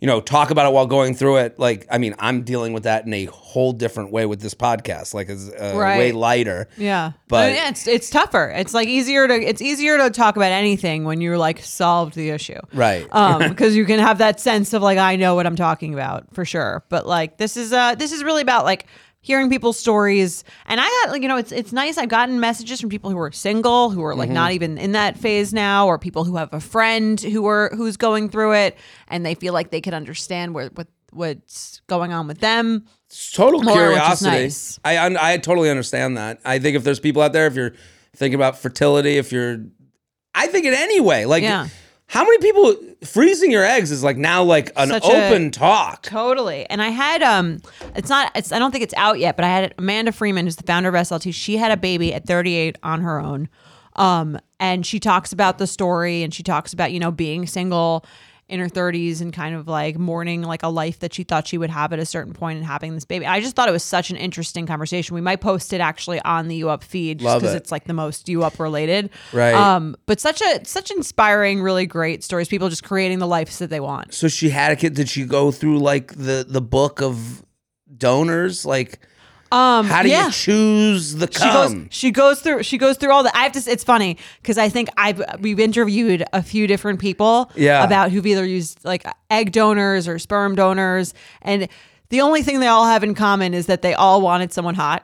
S2: you know, talk about it while going through it. Like, I mean, I'm dealing with that in a whole different way with this podcast. Like, it's uh,
S1: Right.
S2: way lighter.
S1: Yeah.
S2: But-
S1: I mean, yeah, it's it's tougher. It's like easier to it's easier to talk about anything when you're like solved the issue.
S2: Right.
S1: Um because you can have that sense of like I know what I'm talking about for sure. But like this is uh this is really about like hearing people's stories and I got like you know it's it's nice I've gotten messages from people who are single, who are like
S2: Mm-hmm.
S1: not even in that phase now or people who have a friend who are who's going through it and they feel like they can understand what what what's going on with them.
S2: total
S1: more, which is
S2: curiosity.
S1: nice.
S2: I, I I totally understand that. I think if there's people out there, if you're thinking about fertility, if you're, I think in any way, like,
S1: Yeah.
S2: how many people freezing your eggs is like now like an
S1: Such a-
S2: open talk.
S1: Totally. And I had um it's not it's I don't think it's out yet, but I had Amanda Freeman who's the founder of SLT. She had a baby at 38 on her own. Um and she talks about the story and she talks about, you know, being single in her 30s and kind of like mourning like a life that she thought she would have at a certain point and having this baby. I just thought it was such an interesting conversation. We might post it actually on the U Up feed just
S2: Love
S1: because
S2: it.
S1: it's like the most U Up related.
S2: Right.
S1: Um but such a such inspiring, really great stories. People just creating the lives that they want.
S2: So she had a kid. Did she go through like the the book of donors? Like
S1: Um,
S2: How do
S1: yeah.
S2: you choose the
S1: She goes,
S2: cum?
S1: she goes through. She goes through all the. I have to. s- It's funny because I think I have we've interviewed a few different people
S2: Yeah.
S1: about who've either used like egg donors or sperm donors, and the only thing they all have in common is that they all wanted someone hot.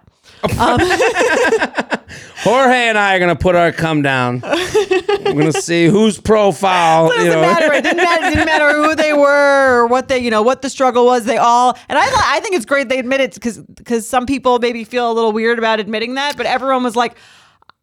S2: Jorge and I are gonna put our cum down. We're gonna see whose profile. you know.
S1: Doesn't matter. It didn't matter, didn't matter who they were or what they, you know, what the struggle was. They all, and I, li- I think it's great they admit it because because some people maybe feel a little weird about admitting that, but everyone was like.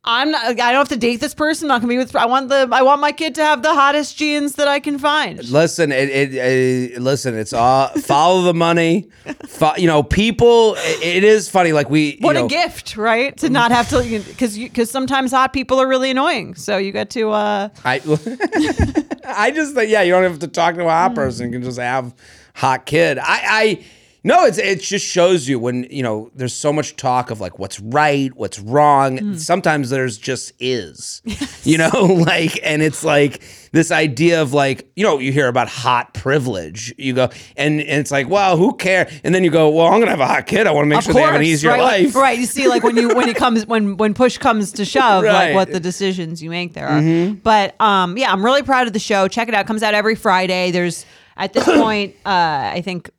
S1: I'm not. I don't have to date this person. I'm not gonna be with. I want the. I want my kid to have the hottest genes that I can find.
S2: Listen, it, it, it, listen. It's all follow the money. Fo- you know, people. It, it is funny. Like we.
S1: What
S2: you know,
S1: a gift, right? To not have to, because because sometimes hot people are really annoying. So you get to. uh
S2: I, I just think yeah, you don't have to talk to a hot person. You can just have hot kid. I, I no, it's it just shows you when you know there's so much talk of like what's right, what's wrong.
S1: Mm.
S2: Sometimes there's just is, you know, like and it's like this idea of like you know you hear about hot privilege. You go and, and it's like well who cares? And then you go well I'm gonna have a hot kid. I want to make
S1: Of
S2: sure they have an
S1: course,
S2: easier
S1: right? Like-
S2: life.
S1: right? You see, like when you when it comes when when push comes to shove,
S2: Right. Mm-hmm.
S1: like what the decisions you make there are. But um, yeah, I'm really proud of the show. Check it out. It comes out every Friday. There's at this point, uh, I think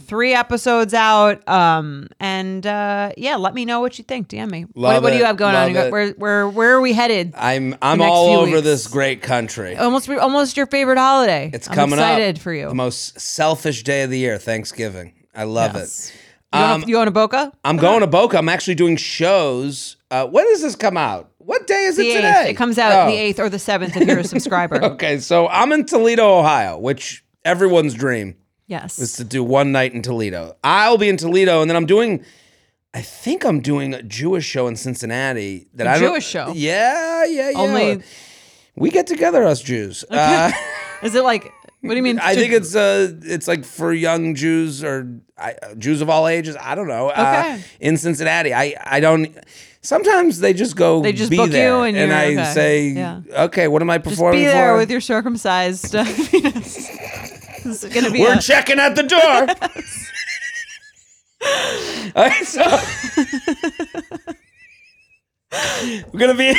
S1: three episodes out. Um, and uh, yeah, let me know what you think. DM me.
S2: Love
S1: what, what do
S2: it.
S1: you have going
S2: Love
S1: on? You got-
S2: it.
S1: Where where where are we headed?
S2: I'm I'm
S1: next
S2: all
S1: few
S2: over
S1: weeks.
S2: this great country.
S1: Almost almost your favorite holiday.
S2: It's coming
S1: I'm
S2: up.
S1: excited for you.
S2: The most selfish day of the year, Thanksgiving. I love
S1: Yes.
S2: it.
S1: You going, to, you going to Boca?
S2: Um, I'm going to Boca. I'm actually doing shows. Uh, when does this come out? What day is
S1: The
S2: it
S1: eighth.
S2: today?
S1: It comes out
S2: Oh.
S1: the eighth or the seventh if you're a subscriber.
S2: Okay, so I'm in Toledo, Ohio, which everyone's dream
S1: Yes.
S2: is to do one night in Toledo. I'll be in Toledo, and then I'm doing. I think I'm doing a Jewish show in Cincinnati. That
S1: A
S2: I don't-
S1: Jewish show?
S2: Yeah, yeah, yeah.
S1: Only-
S2: we get together, us Jews. Uh,
S1: Is it like what do you mean?
S2: I
S1: Ju-
S2: think it's uh it's like for young Jews or I, Jews of all ages. I don't know. Uh,
S1: Okay.
S2: in Cincinnati, I I don't. Sometimes they just go. They
S1: just
S2: be
S1: book you
S2: there,
S1: and
S2: and
S1: you're-
S2: I
S1: okay.
S2: say,
S1: Yeah.
S2: okay, what am I
S1: just
S2: performing
S1: be there
S2: for?
S1: with your circumcised stuff. this is gonna be.
S2: We're
S1: a-
S2: checking at the door. all right, so we're gonna be.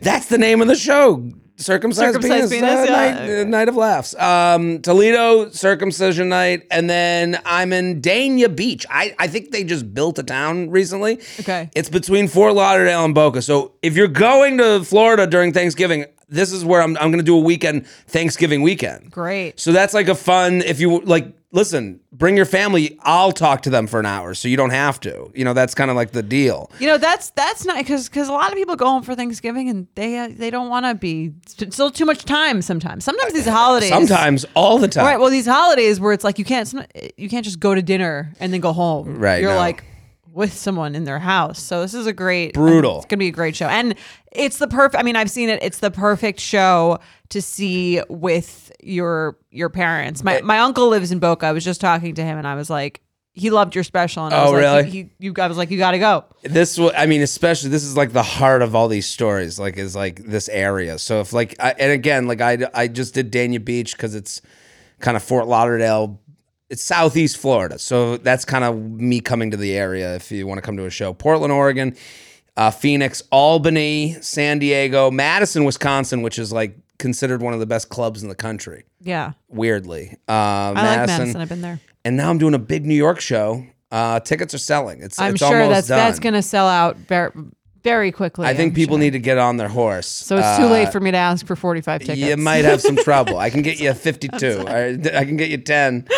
S2: That's the name of the show. Circumcised, penis
S1: Circumcised penis,
S2: uh,
S1: yeah.
S2: night, uh, night of laughs. Um, Toledo circumcision night, and then I'm in Dania Beach. I, I think they just built a town recently.
S1: Okay.
S2: it's between Fort Lauderdale and Boca. So if you're going to Florida during Thanksgiving, this is where I'm. I'm going to do a weekend Thanksgiving weekend.
S1: Great.
S2: So that's like a fun if you like listen, bring your family, I'll talk to them for an hour so you don't have to. You know, that's kind of like the deal.
S1: You know that's that's not because because a lot of people go home for Thanksgiving and they uh, they don't want to be it's still too much time sometimes. Sometimes these holidays.
S2: Sometimes all the time.
S1: All right. Well, these holidays where it's like you can't some- you can't just go to dinner and then go home.
S2: Right,
S1: You're
S2: no.
S1: like with someone in their house. So this is a great
S2: Brutal.
S1: It's gonna be a great show, and it's the perfect. I mean, I've seen it. It's the perfect show to see with your your parents. My my uncle lives in Boca. I was just talking to him, and I was like. He loved your special, and I
S2: Oh,
S1: was like,
S2: really?
S1: He, he, you, I was like, you got to go.
S2: this wa- I mean, especially this is like the heart of all these stories. Like is like this area. So if like I, and again, like I I just did Dania Beach because it's kind of Fort Lauderdale. It's Southeast Florida, so that's kind of me coming to the area. If you want to come to a show, Portland, Oregon, uh, Phoenix, Albany, San Diego, Madison, Wisconsin, which is like considered one of the best clubs in the country.
S1: Yeah,
S2: Weirdly, uh,
S1: I like
S2: Madison,
S1: Madison. I've been there.
S2: and now I'm doing a big New York show. Uh, tickets are selling. It's
S1: I'm
S2: it's
S1: sure
S2: almost
S1: that's
S2: done.
S1: that's gonna sell out very very quickly.
S2: I think
S1: I'm
S2: people
S1: sure.
S2: need to get on their horse. Uh,
S1: So it's too late for me to ask for 45 tickets.
S2: You might have some trouble. I can get you 52. I, I can get you 10. Um,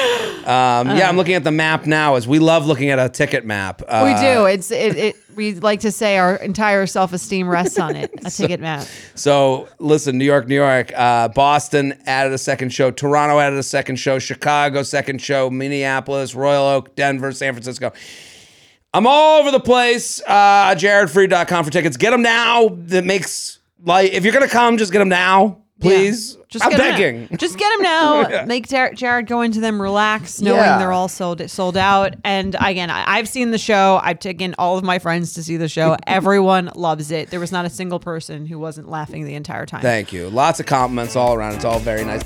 S2: yeah, I'm looking at the map now. As we love looking at a ticket map. Uh,
S1: Uh. We do. It's it, it. We like to say our entire self esteem rests on it. A ticket map.
S2: So listen, New York, New York, uh, Boston added a second show, Toronto added a second show, Chicago second show, Minneapolis, Royal Oak, Denver, San Francisco. I'm all over the place. Uh, JaredFree.com for tickets. Get them now. That makes like if you're gonna come, just get them now, please.
S1: Just
S2: I'm
S1: get 'em now.
S2: begging.
S1: Just get them now. Make Jar- Jared go into them, relax, knowing
S2: Yeah.
S1: they're all sold sold out. And again, I, I've seen the show. I've taken all of my friends to see the show. Everyone loves it. There was not a single person who wasn't laughing the entire time.
S2: Thank you. Lots of compliments all around. It's all very nice.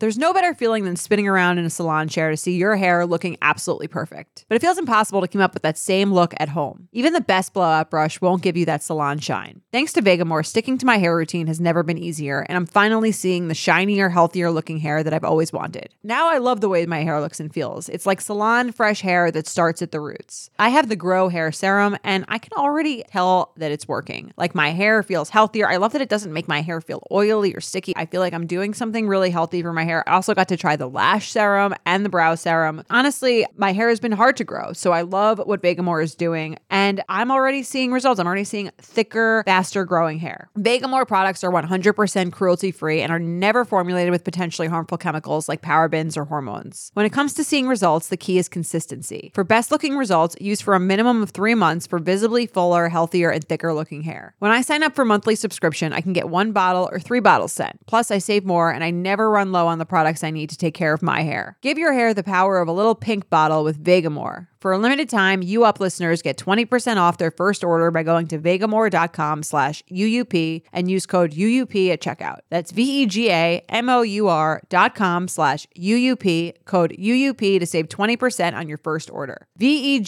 S1: There's no better feeling than spinning around in a salon chair to see your hair looking absolutely perfect. But it feels impossible to keep up with that same look at home. Even the best blowout brush won't give you that salon shine. Thanks to Vegamore, sticking to my hair routine has never been easier, and I'm finally seeing the shinier, healthier looking hair that I've always wanted. Now I love the way my hair looks and feels. It's like salon fresh hair that starts at the roots. I have the Grow Hair Serum, and I can already tell that it's working. Like my hair feels healthier. I love that it doesn't make my hair feel oily or sticky. I feel like I'm doing something really healthy for my hair. I also got to try the lash serum and the brow serum. Honestly, my hair has been hard to grow, so I love what Vegamore is doing, and I'm already seeing results. I'm already seeing thicker, faster growing hair. Vegamore products are 100% cruelty free and are never formulated with potentially harmful chemicals like parabens or hormones. When it comes to seeing results, the key is consistency. For best looking results, use for a minimum of three months for visibly fuller, healthier, and thicker looking hair. When I sign up for monthly subscription, I can get one bottle or three bottles sent. Plus, I save more and I never run low on the products I need to take care of my hair. Give your hair the power of a little pink bottle with Vegamore. For a limited time, you up listeners get 20% off their first order by going to vegamore.com slash UUP and use code UUP at checkout. That's E V-E-G-A-M-O-U-R dot com slash UUP, code UUP to save 20% on your first order. E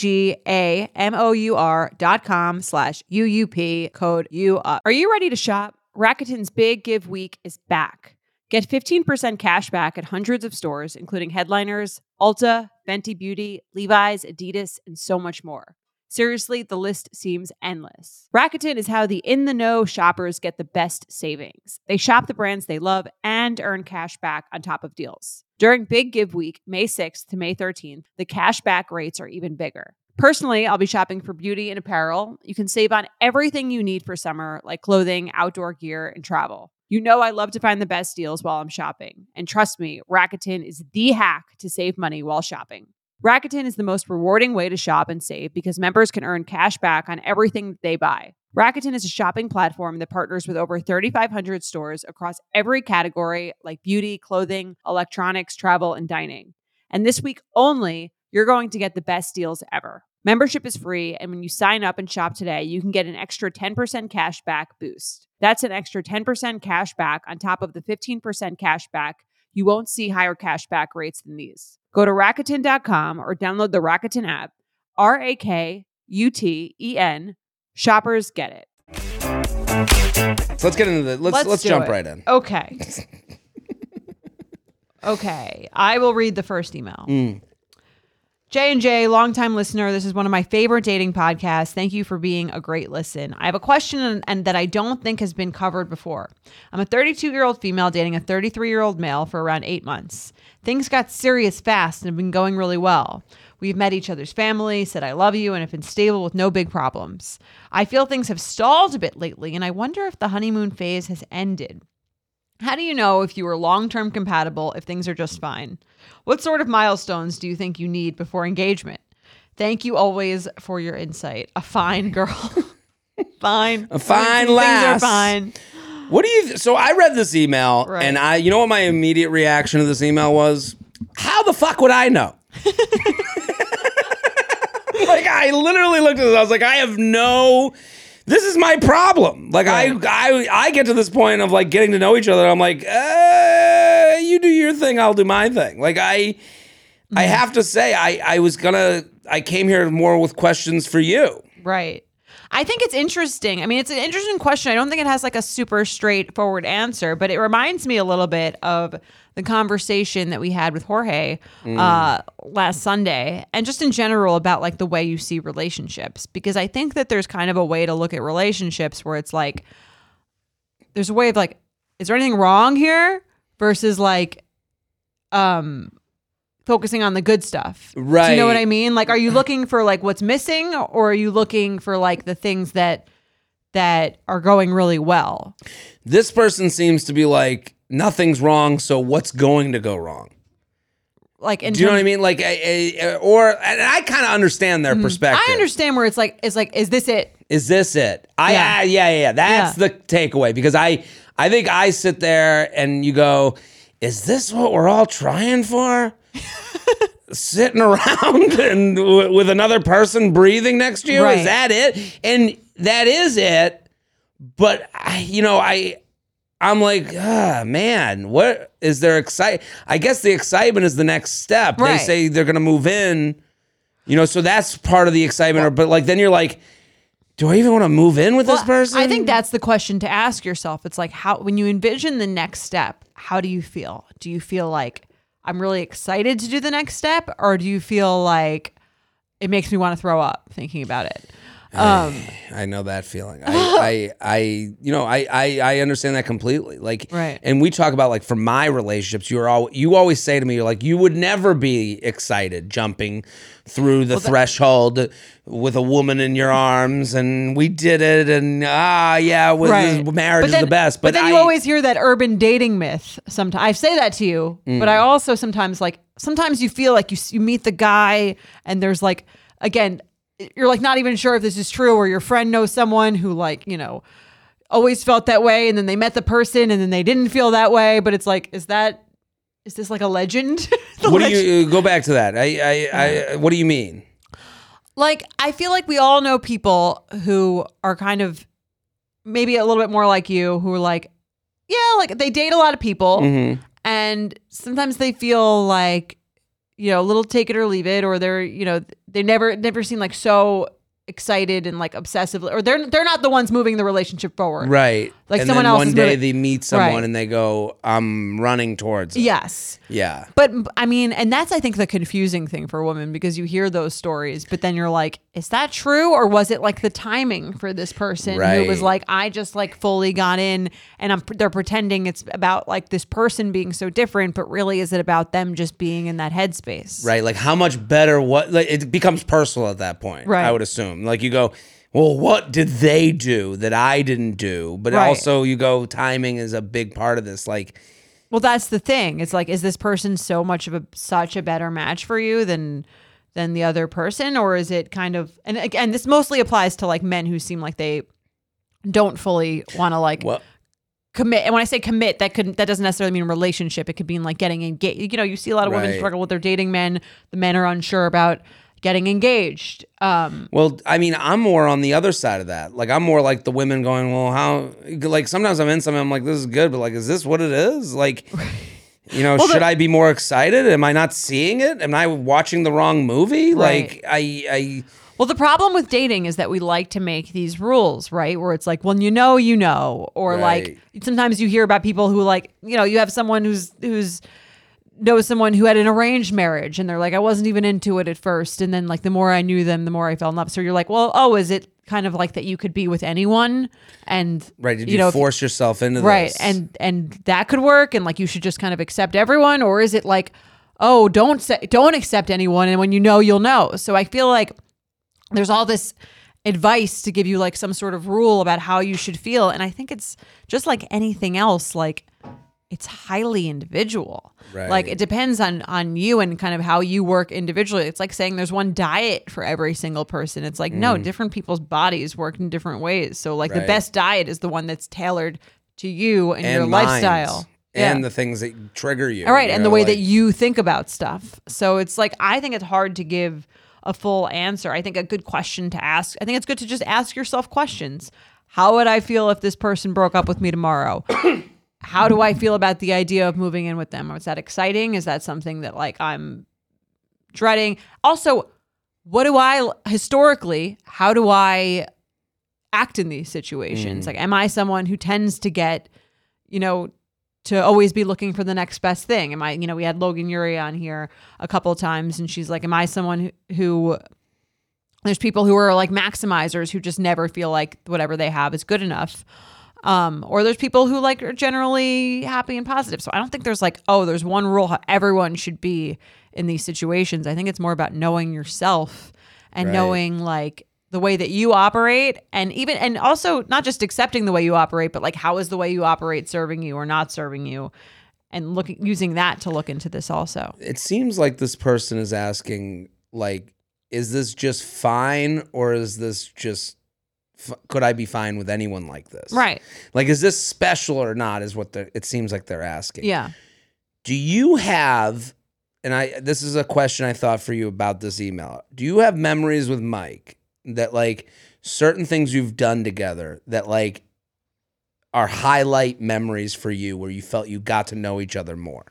S1: V-E-G-A-M-O-U-R dot com slash UUP, code UUP.
S4: Are you ready to shop? Rakuten's Big Give Week is back. Get 15% cash back at hundreds of stores, including Headliners, Ulta, Fenty Beauty, Levi's, Adidas, and so much more. Seriously, the list seems endless. Rakuten is how the in the know shoppers get the best savings. They shop the brands they love and earn cash back on top of deals. During Big Give Week, May 6th to May 13th, the cash back rates are even bigger. Personally, I'll be shopping for beauty and apparel. You can save on everything you need for summer, like clothing, outdoor gear, and travel. You know, I love to find the best deals while I'm shopping. And trust me, Rakuten is the hack to save money while shopping. Rakuten is the most rewarding way to shop and save because members can earn cash back on everything they buy. Rakuten is a shopping platform that partners with over 3,500 stores across every category like beauty, clothing, electronics, travel, and dining. And this week only, you're going to get the best deals ever. Membership is free, and when you sign up and shop today, you can get an extra 10% cash back boost. That's an extra 10% cash back on top of the 15% cash back. You won't see higher cash back rates than these. Go to Rakuten.com or download the Rakuten app. R A K U T E N. Shoppers get it.
S2: So let's get into the let's let's,
S4: Let's do
S2: jump
S4: it.
S2: right in.
S4: Okay.
S1: Okay, I will read the first email. J and J, longtime listener. This is one of my favorite dating podcasts. Thank you for being a great listen. I have a question and, and that I don't think has been covered before. I'm a 32 year old female dating a 33 year old male for around eight months. Things got serious fast and have been going really well. We've met each other's family, said I love you, and have been stable with no big problems. I feel things have stalled a bit lately, and I wonder if the honeymoon phase has ended. How do you know if you are long term compatible if things are just fine? What sort of milestones do you think you need before engagement? Thank you always for your insight. A fine girl. fine.
S2: A fine
S1: Things
S2: lass.
S1: are fine.
S2: What do you? th- so I read this email,
S1: Right.
S2: and I, you know what my immediate reaction to this email was? How the fuck would I know? like I literally looked at this. I was like, I have no. This is my problem. Like I, I, I get to this point of like getting to know each other. and I'm like, uh, you do your thing, I'll do my thing. Like I, I have to say, I, I was gonna, I came here more with questions for you.
S1: Right. I think it's interesting. I mean, it's an interesting question. I don't think it has like a super straightforward answer, but it reminds me a little bit of the conversation that we had with Jorge uh, last Sunday and just in general about like the way you see relationships. Because I think that there's kind of a way to look at relationships where it's like, there's a way of like, is there anything wrong here versus like, um, focusing on the good stuff. Do you know
S2: Right.
S1: what I mean? Like, are you looking for like what's missing, or are you looking for like the things that that are going really well?
S2: This person seems to be like, nothing's wrong. So what's going to go wrong?
S1: Like, in
S2: Do you know
S1: terms- Mm-hmm.
S2: what I mean? Like, a, a, or and I kind of understand their perspective.
S1: I understand where it's like it's like is this it?
S2: Is this it? I
S1: Yeah.
S2: yeah, yeah, yeah. That's the takeaway because I I think I sit there and you go, is this what we're all trying for? Sitting around and w- with another person breathing next to you
S1: Right.
S2: is that it? And that is it. But I, you know, I I'm like, ah, man, what is there excite? I guess the excitement is the next step.
S1: Right.
S2: They say they're gonna move in, you know, so that's part of the excitement. Or, but like, then you're like, do I even want to move in with this
S1: Well,
S2: person?
S1: I think that's the question to ask yourself. It's like how when you envision the next step, how do you feel? Do you feel like I'm really excited to do the next step, or do you feel like it makes me want to throw up thinking about it? Um,
S2: I know that feeling. I, I, I, you know, I, I, I understand that completely. Like,
S1: Right.
S2: And we talk about like for my relationships, you're all you always say to me, you're like, you would never be excited jumping through the threshold with a woman in your arms, and we did it, and ah, yeah, with
S1: Right.
S2: marriage
S1: But then-
S2: is the best.
S1: But, then
S2: I,
S1: you always hear that urban dating myth. Sometimes I say that to you,
S2: Mm.
S1: but I also sometimes like sometimes you feel like you s- you meet the guy and there's like again you're like not even sure if this is true or your friend knows someone who like you know always felt that way and then they met the person and then they didn't feel that way. But it's like is that is this like a legend? The
S2: What do
S1: legend-
S2: you go back to that? I, I, I, what do you mean?
S1: like I feel like we all know people who are kind of maybe a little bit more like you who are like yeah like they date a lot of people
S2: Mhm.
S1: and sometimes they feel like you know a little take it or leave it or they're you know they never never seem like so excited and like obsessively or they're they're not the ones moving the relationship forward
S2: Right.
S1: Like
S2: and
S1: someone
S2: then
S1: else
S2: one
S1: is
S2: day
S1: moving-
S2: they meet someone
S1: Right.
S2: and they go, I'm running towards it.
S1: yes
S2: Yeah.
S1: but i mean and that's i think the confusing thing for women because you hear those stories but then you're like is that true or was it like the timing for this person who
S2: Right.
S1: was like i just like fully got in and i'm they're pretending it's about like this person being so different but really is it about them just being in that headspace
S2: Right. Like how much better what like it becomes personal at that point.
S1: Right.
S2: I would assume. Like you go, well, what did they do that I didn't do? But
S1: Right.
S2: also you go, timing is a big part of this. Like
S1: Well, that's the thing. It's like, is this person so much of a such a better match for you than than the other person, or is it kind of? And again, this mostly applies to like men who seem like they don't fully want to like
S2: well
S1: commit. And when I say commit, that could that doesn't necessarily mean relationship. It could mean like getting engaged. You know, you see a lot of
S2: Right.
S1: women struggle with their dating men. The men are unsure about getting engaged. Um,
S2: well, I mean, I'm more on the other side of that. Like I'm more like the women going, Well, how like sometimes I'm in something, I'm like, this is good, but like, is this what it is? Like You know, should I be more excited? Am I not seeing it? Am I watching the wrong movie?
S1: Right.
S2: Like I, I
S1: Well, the problem with dating is that we like to make these rules, right? Where it's like, when you know, you know, or
S2: Right.
S1: like sometimes you hear about people who like, you know, you have someone who's who's knows someone who had an arranged marriage and they're like, I wasn't even into it at first, and then like the more I knew them, the more I fell in love. So you're like, well, oh, is it kind of like that you could be with anyone and
S2: right. Did you,
S1: know if-
S2: force yourself into
S1: right
S2: this?
S1: and and that could work and like you should just kind of accept everyone or is it like oh don't say, don't accept anyone and when you know you'll know so i feel like there's all this advice to give you like some sort of rule about how you should feel and i think it's just like anything else like it's highly individual like
S2: Right.
S1: it depends on on you and kind of how you work individually it's like saying there's one diet for every single person it's like no different people's bodies work in different ways so like
S2: Mm. Right.
S1: the best diet is the one that's tailored to you and, your
S2: minds,
S1: lifestyle
S2: and
S1: yeah.
S2: the things that trigger you.
S1: all right
S2: you
S1: and the
S2: know,
S1: way that
S2: like-
S1: you think about stuff so it's like i think it's hard to give a full answer i think a good question to ask i think it's good to just ask yourself questions how would i feel if this person broke up with me tomorrow how do i feel about the idea of moving in with them is that exciting is that something that like i'm dreading also what do i historically how do i act in these situations like am i someone who tends to get you know to always be looking for the next best thing am i you know we had logan yuri on here a couple of times and she's like am i someone who, who there's people who are like maximizers who just never feel like whatever they have is good enough um, or there's people who like are generally happy and positive so i don't think there's like oh there's one rule how everyone should be in these situations i think it's more about knowing yourself and
S2: Right.
S1: knowing like the way that you operate and even and also not just accepting the way you operate but like how is the way you operate serving you or not serving you and looking using that to look into this also
S2: it seems like this person is asking, like, is this just fine or is this just f- could I be fine with anyone like this?
S1: right
S2: Like, is this special or not? Is what they're, it seems like they're asking.
S1: yeah
S2: Do you have? And I this is a question I thought for you about this email. Do you have memories with Mike that like certain things you've done together that like are highlight memories for you where you felt you got to know each other more?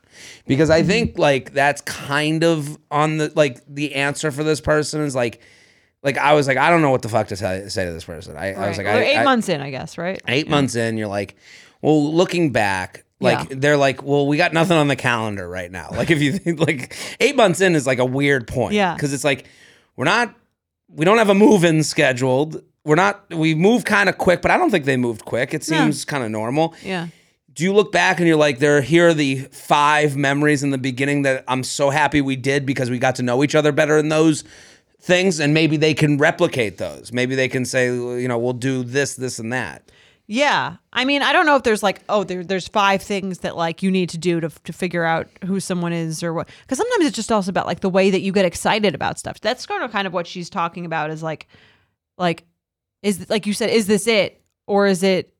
S2: Because I
S1: Mm-hmm.
S2: think like that's kind of on the like the answer for this person is like like I was like I don't know what the fuck to tell, say to this person. I, I was like
S1: We're
S2: I,
S1: eight
S2: I-
S1: months in, I guess, right?
S2: eight months in, you're like, well, looking back, like they're like, well, we got nothing on the calendar right now. Like if you think like eight months in is like a weird point,
S1: Yeah.
S2: because it's like we're not, we don't have a move in scheduled. We're not, we move kind of quick, but I don't think they moved quick. It
S1: No.
S2: seems kind of normal.
S1: Yeah.
S2: Do you look back and you're like, there, here are the five memories in the beginning that I'm so happy we did because we got to know each other better in those things, and maybe they can replicate those. Maybe they can say, you know, we'll do this, this, and that.
S1: Yeah. I mean, I don't know if there's like, oh, there, there's five things that like you need to do to, to figure out who someone is or what. Because sometimes it's just also about like the way that you get excited about stuff. That's kind of kind of what she's talking about is like, like, is like you said, is this it or is it,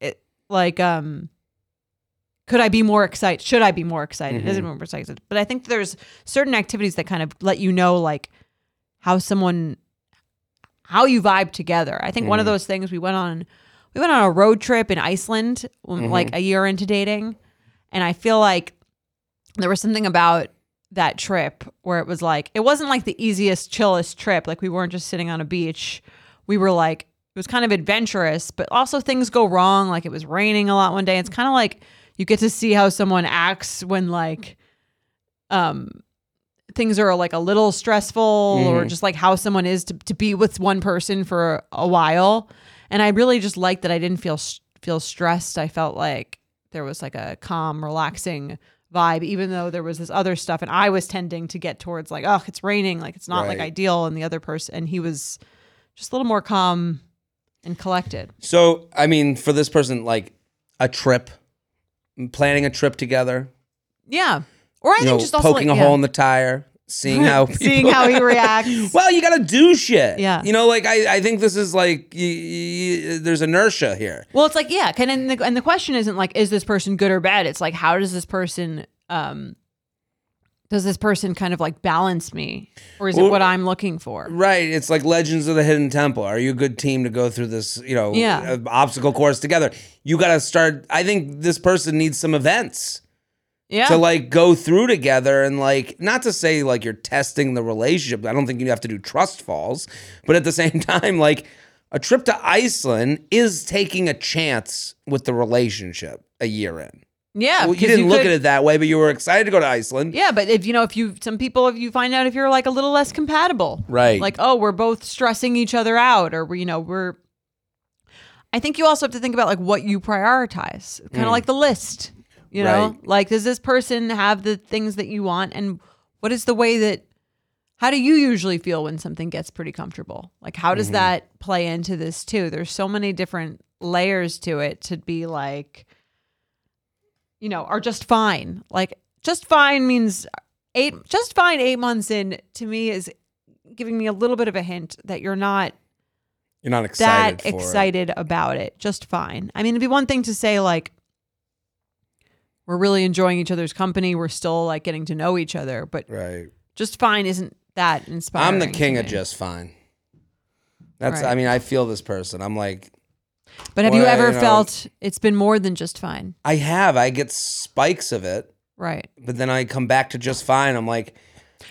S1: it like, um, could I be more excited? Should I be more excited? Is it more excited? But I think there's certain activities that kind of let you know like how someone how you vibe together. I think one of those things we went on we went on a road trip in Iceland when, like a year into dating and I feel like there was something about that trip where it was like it wasn't like the easiest chillest trip like we weren't just sitting on a beach. We were like it was kind of adventurous, but also things go wrong like it was raining a lot one day. It's kind of like you get to see how someone acts when like um things are like a little stressful or just like how someone is to, to be with one person for a while and i really just liked that i didn't feel s- feel stressed i felt like there was like a calm relaxing vibe even though there was this other stuff and i was tending to get towards like oh it's raining like it's not like
S2: Right.
S1: ideal and the other person and he was just a little more calm and collected
S2: So, I mean, for this person, like a trip, planning a trip together,
S1: yeah or i
S2: you
S1: think
S2: know,
S1: just also
S2: poking a
S1: like, yeah.
S2: hole in the tire, seeing how people,
S1: seeing how he reacts
S2: well, you got to do shit.
S1: Yeah.
S2: You know, like I, I think this is like y y y there's inertia here.
S1: Well, it's like yeah, can and the, and the question isn't like is this person good or bad? It's like how does this person um does this person kind of like balance me or is
S2: Well-
S1: it what I'm looking for?
S2: Right. It's like Legends of the Hidden Temple. Are you a good team to go through this, you know,
S1: Yeah.
S2: uh, obstacle course together? You got to start. I think this person needs some events.
S1: Yeah.
S2: to like go through together and like not to say like you're testing the relationship. I don't think you have to do trust falls, but at the same time, like a trip to Iceland is taking a chance with the relationship a year in.
S1: yeah,
S2: Well, you
S1: 'cause
S2: didn't look
S1: could-
S2: at it that way, but you were excited to go to Iceland.
S1: Yeah, but if you know if you some people if you find out if you're like a little less compatible.
S2: Right.
S1: Like oh, we're both stressing each other out or we you know, we're I think you also have to think about like what you prioritize. Kind of like the list, you know?
S2: Right.
S1: Like does this person have the things that you want and what is the way that how do you usually feel when something gets pretty comfortable? Like how does that play into this too? There's so many different layers to it to be like you know, are just fine. Like just fine means eight just fine 8 months in to me is giving me a little bit of a hint that you're not
S2: You're not
S1: that
S2: excited. for it.
S1: excited about it. Just fine. I mean, it'd be one thing to say like we're really enjoying each other's company, we're still like getting to know each other, but
S2: Right.
S1: just fine isn't that inspiring.
S2: I'm the
S1: to
S2: king of
S1: me.
S2: just fine. That's.
S1: Right.
S2: I mean, I feel this person. I'm like,
S1: But have you
S2: Well,
S1: ever
S2: you know-
S1: felt it's been more than just fine?
S2: I have. I get spikes of it,
S1: Right.
S2: but then I come back to just fine. I'm like,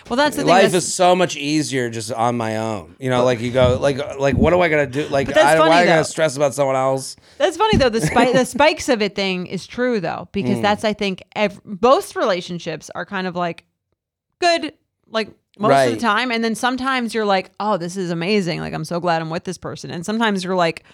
S1: Well, that's the thing.
S2: life
S1: that's-
S2: is so much easier just on my own. You know, like you go, like, like what do I gotta do? Like,
S1: that's
S2: I,
S1: funny,
S2: why I
S1: though.
S2: gotta stress about someone else?
S1: That's funny though. The spike, the spikes of it thing is true though, because
S2: Mm.
S1: that's I think ev- most relationships are kind of like good, like most of
S2: Right.
S1: the time, and then sometimes you're like, oh, this is amazing. Like I'm so glad I'm with this person, and sometimes you're like.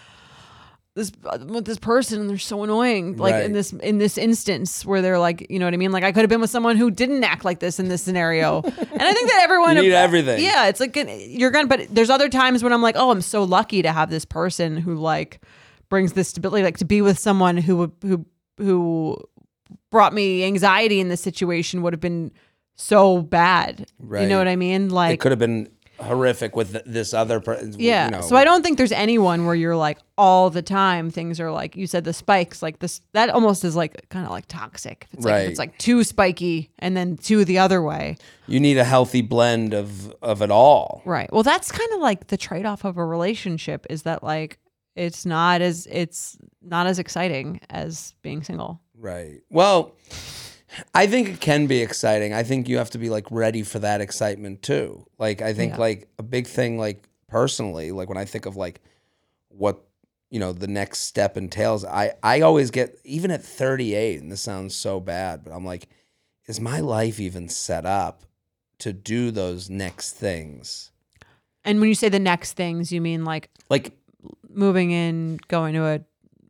S1: This I'm with this person and they're so annoying. Like
S2: Right.
S1: in this in this instance where they're like, you know what I mean? Like I could have been with someone who didn't act like this in this scenario. and I think that everyone
S2: You need everything.
S1: Yeah, it's like you're gonna. But there's other times when I'm like, oh, I'm so lucky to have this person who like brings this stability, like to be with someone who who who brought me anxiety in this situation would have been so bad. You
S2: Right.
S1: know what I mean? Like
S2: It could have been horrific with th- this other person.
S1: yeah.
S2: You know.
S1: So I don't think there's anyone where you're like all the time things are like you said the spikes like this that almost is like kind of like toxic. If It's like if
S2: Right.
S1: it's like too spiky and then too the other way.
S2: You need a healthy blend of of it all.
S1: Right. Well, that's kind of like the trade-off of a relationship is that like it's not as it's not as exciting as being single.
S2: Right. Well, I think it can be exciting. I think you have to be like ready for that excitement too. Like I think
S1: Yeah.
S2: like a big thing like personally, like when I think of like what you know the next step entails, I I always get even at 38 and this sounds so bad, but I'm like is my life even set up to do those next things?
S1: And when you say the next things, you mean like
S2: Like
S1: moving in, going to a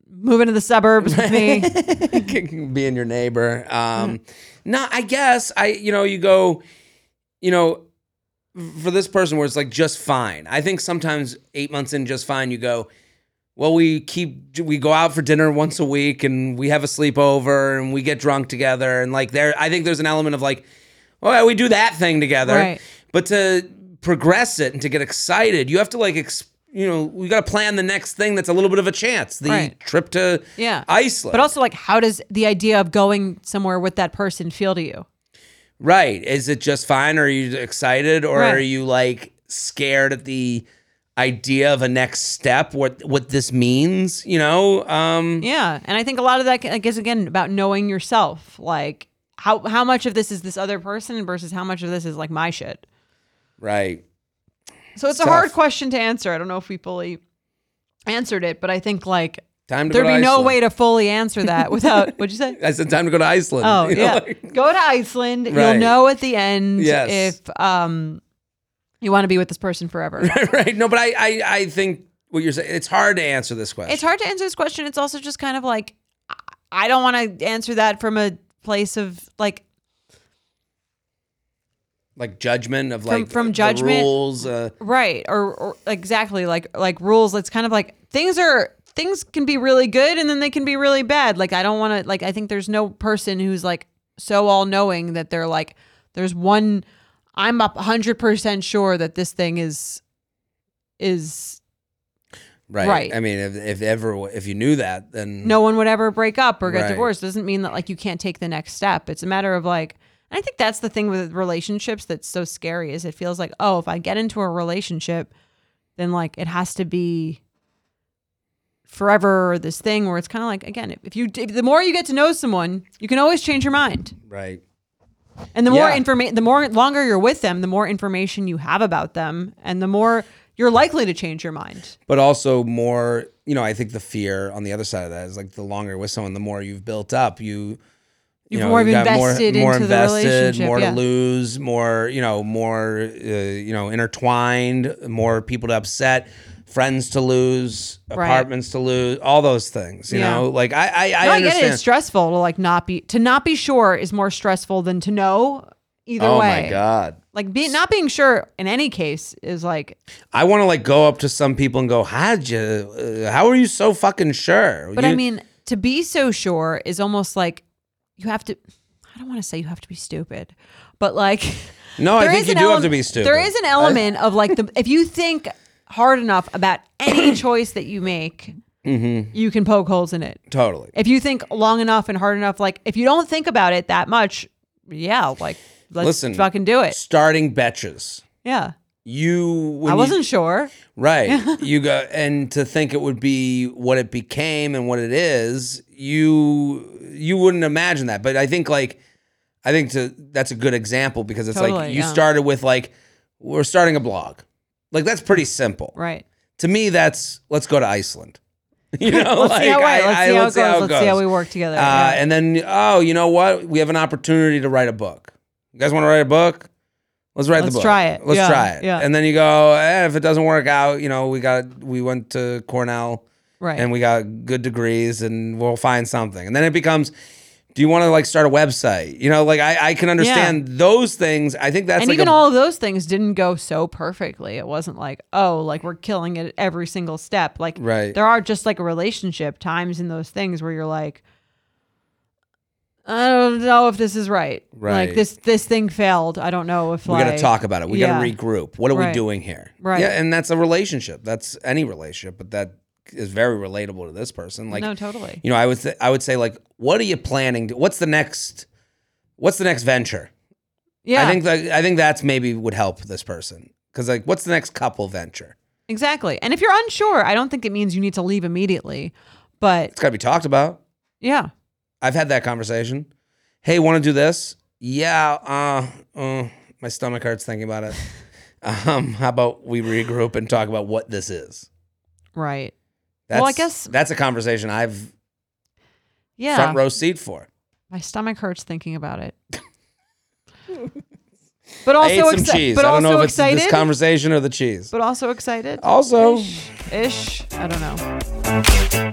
S1: moving to the suburbs with me. Mm.
S2: being your neighbor. Um, no, I guess I, you know, you go, you know, for this person where it's like just fine. I think sometimes eight months in, just fine, you go, well, we keep, we go out for dinner once a week and we have a sleepover and we get drunk together. And like there, I think there's an element of like, oh, yeah, we do that thing together.
S1: Right.
S2: But to progress it and to get excited, you have to like, ex- you know, we got to plan the next thing that's a little bit of a chance. The
S1: Right.
S2: trip to
S1: Yeah.
S2: Iceland.
S1: But also like how does the idea of going somewhere with that person feel to you?
S2: right. Is it just fine? Are you excited or
S1: Right.
S2: are you like scared at the idea of a next step? What what this means, you know? Um
S1: Yeah, and I think a lot of that I guess again about knowing yourself, like how how much of this is this other person versus how much of this is like my shit.
S2: Right.
S1: So it's
S2: Tough.
S1: a hard question to answer. I don't know if we fully answered it, but I think like
S2: Time to
S1: there'd
S2: go
S1: be
S2: to
S1: no
S2: Iceland.
S1: way to fully answer that without what'd you say?
S2: I said time to go to Iceland.
S1: Oh
S2: You know,
S1: yeah,
S2: like-
S1: go to Iceland.
S2: Right.
S1: You'll know at the end
S2: Yes.
S1: if um you want to be with this person forever.
S2: right. No, but I, I I think what you're saying it's hard to answer this question.
S1: it's hard to answer this question. It's also just kind of like I- I don't want to answer that from a place of like
S2: Like judgment of like
S1: from
S2: the
S1: judgment.
S2: rules. Uh,
S1: right or, or exactly like like rules. It's kind of like things are things can be really good and then they can be really bad. Like I don't want to like I think there's no person who's like so all knowing that they're like there's one I'm up 100% sure that this thing is is
S2: right.
S1: Right.
S2: I mean, if, if ever if you knew that, then
S1: no one would ever break up or get
S2: Right.
S1: divorced doesn't mean that like you can't take the next step it's a matter of like and i think that's the thing with relationships that's so scary is it feels like oh if i get into a relationship then like it has to be forever or this thing where it's kind of like again if you if the more you get to know someone you can always change your mind
S2: Right.
S1: and the more
S2: Yeah.
S1: information the more longer you're with them the more information you have about them and the more you're likely to change your mind
S2: but also more you know i think the fear on the other side of that is like the longer you're with someone the more you've built up you you
S1: You've
S2: know,
S1: more
S2: you got
S1: invested
S2: more, more
S1: into the
S2: invested,
S1: relationship,
S2: more
S1: yeah.
S2: to lose, more you know, more uh, you know, intertwined, more people to upset, friends to lose,
S1: Right.
S2: apartments to lose, all those things. You
S1: Yeah.
S2: know, like I, I, I
S1: No, I, get
S2: understand.
S1: it. It's stressful to like not be to not be sure is more stressful than to know. Either
S2: oh
S1: way,
S2: my god,
S1: like be, not being sure in any case is like.
S2: I want to like go up to some people and go, "How'd you? Uh, how are you so fucking sure?"
S1: But I
S2: You-
S1: mean, to be so sure is almost like you have to. I don't want to say you have to be stupid, but like
S2: no, Oh, I
S1: there
S2: think
S1: is
S2: you
S1: an
S2: do
S1: ele-
S2: have to be stupid.
S1: There is an element of like the if you think hard enough about any choice that you make,
S2: Mm-hmm.
S1: you can poke holes in it.
S2: totally.
S1: If you think long enough and hard enough, like if you don't think about it that much, yeah, like let's
S2: Listen,
S1: fucking do it.
S2: Starting betches.
S1: Yeah.
S2: you when
S1: I
S2: you-
S1: wasn't sure.
S2: right you go and to think it would be what it became and what it is you you wouldn't imagine that but i think like i think to, that's a good example because it's like
S1: Totally,
S2: you
S1: yeah.
S2: started with like we're starting a blog like that's pretty simple
S1: Right.
S2: to me that's let's go to iceland you know
S1: Let's see how,
S2: I-
S1: right, let's
S2: I-
S1: see how it goes. let's see how we work
S2: uh,
S1: together. yeah.
S2: and then oh you know what we have an opportunity to write a book you guys want to write a book let's write the
S1: Let's
S2: book
S1: try it.
S2: let's
S1: Yeah,
S2: try it
S1: yeah.
S2: and then you go eh, if it doesn't work out you know we got we went to cornell
S1: right.
S2: and we got good degrees and we'll find something and then it becomes do you want to like start a website you know like i, I can understand those things i think that's
S1: and
S2: like
S1: even
S2: a-
S1: all of those things didn't go so perfectly. It wasn't like, oh, like we're killing it at every single step. Like
S2: Right.
S1: there are just like relationship times in those things where you're like, I don't know if this is right.
S2: Right.
S1: Like this this thing failed. I don't know if
S2: we
S1: like
S2: got to talk about it. We got to
S1: yeah.
S2: regroup. What are we
S1: Right.
S2: doing here?
S1: Right.
S2: Yeah, and that's a relationship. That's any relationship, but that is very relatable to this person. Like
S1: No, totally.
S2: you know, I would th- I would say like, what are you planning? To- what's the next? What's the next venture?
S1: Yeah.
S2: I think that I think that's maybe would help this person because like, what's the next couple venture?
S1: Exactly. And if you're unsure, I don't think it means you need to leave immediately. But
S2: It's got to be talked about.
S1: yeah,
S2: I've had that conversation. Hey, want to do this? Yeah. Uh, uh, my stomach hurts thinking about it. Um, how about we regroup and talk about what this is?
S1: right. Well, I guess-
S2: that's a conversation I've
S1: Yeah.
S2: front row seat for.
S1: My stomach hurts thinking about it. but
S2: I ate
S1: also
S2: some
S1: excited.
S2: cheese.
S1: But
S2: I don't
S1: also
S2: know if it's
S1: excited.
S2: this conversation or the cheese.
S1: but also excited.
S2: Also,
S1: ish, ish. I don't know.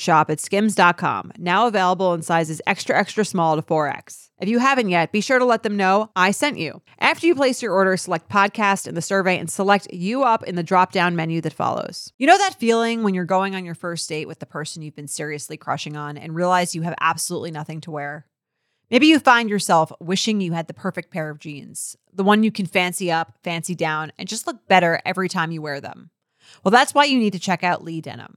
S4: shop at skims.com, now available in sizes extra, extra small to 4X. If you haven't yet, be sure to let them know I sent you. After you place your order, select podcast in the survey and select you up in the drop down menu that follows.
S1: You know that feeling when you're going on your first date with the person you've been seriously crushing on and realize you have absolutely nothing to wear? Maybe you find yourself wishing you had the perfect pair of jeans, the one you can fancy up, fancy down, and just look better every time you wear them. Well, that's why you need to check out Lee Denim.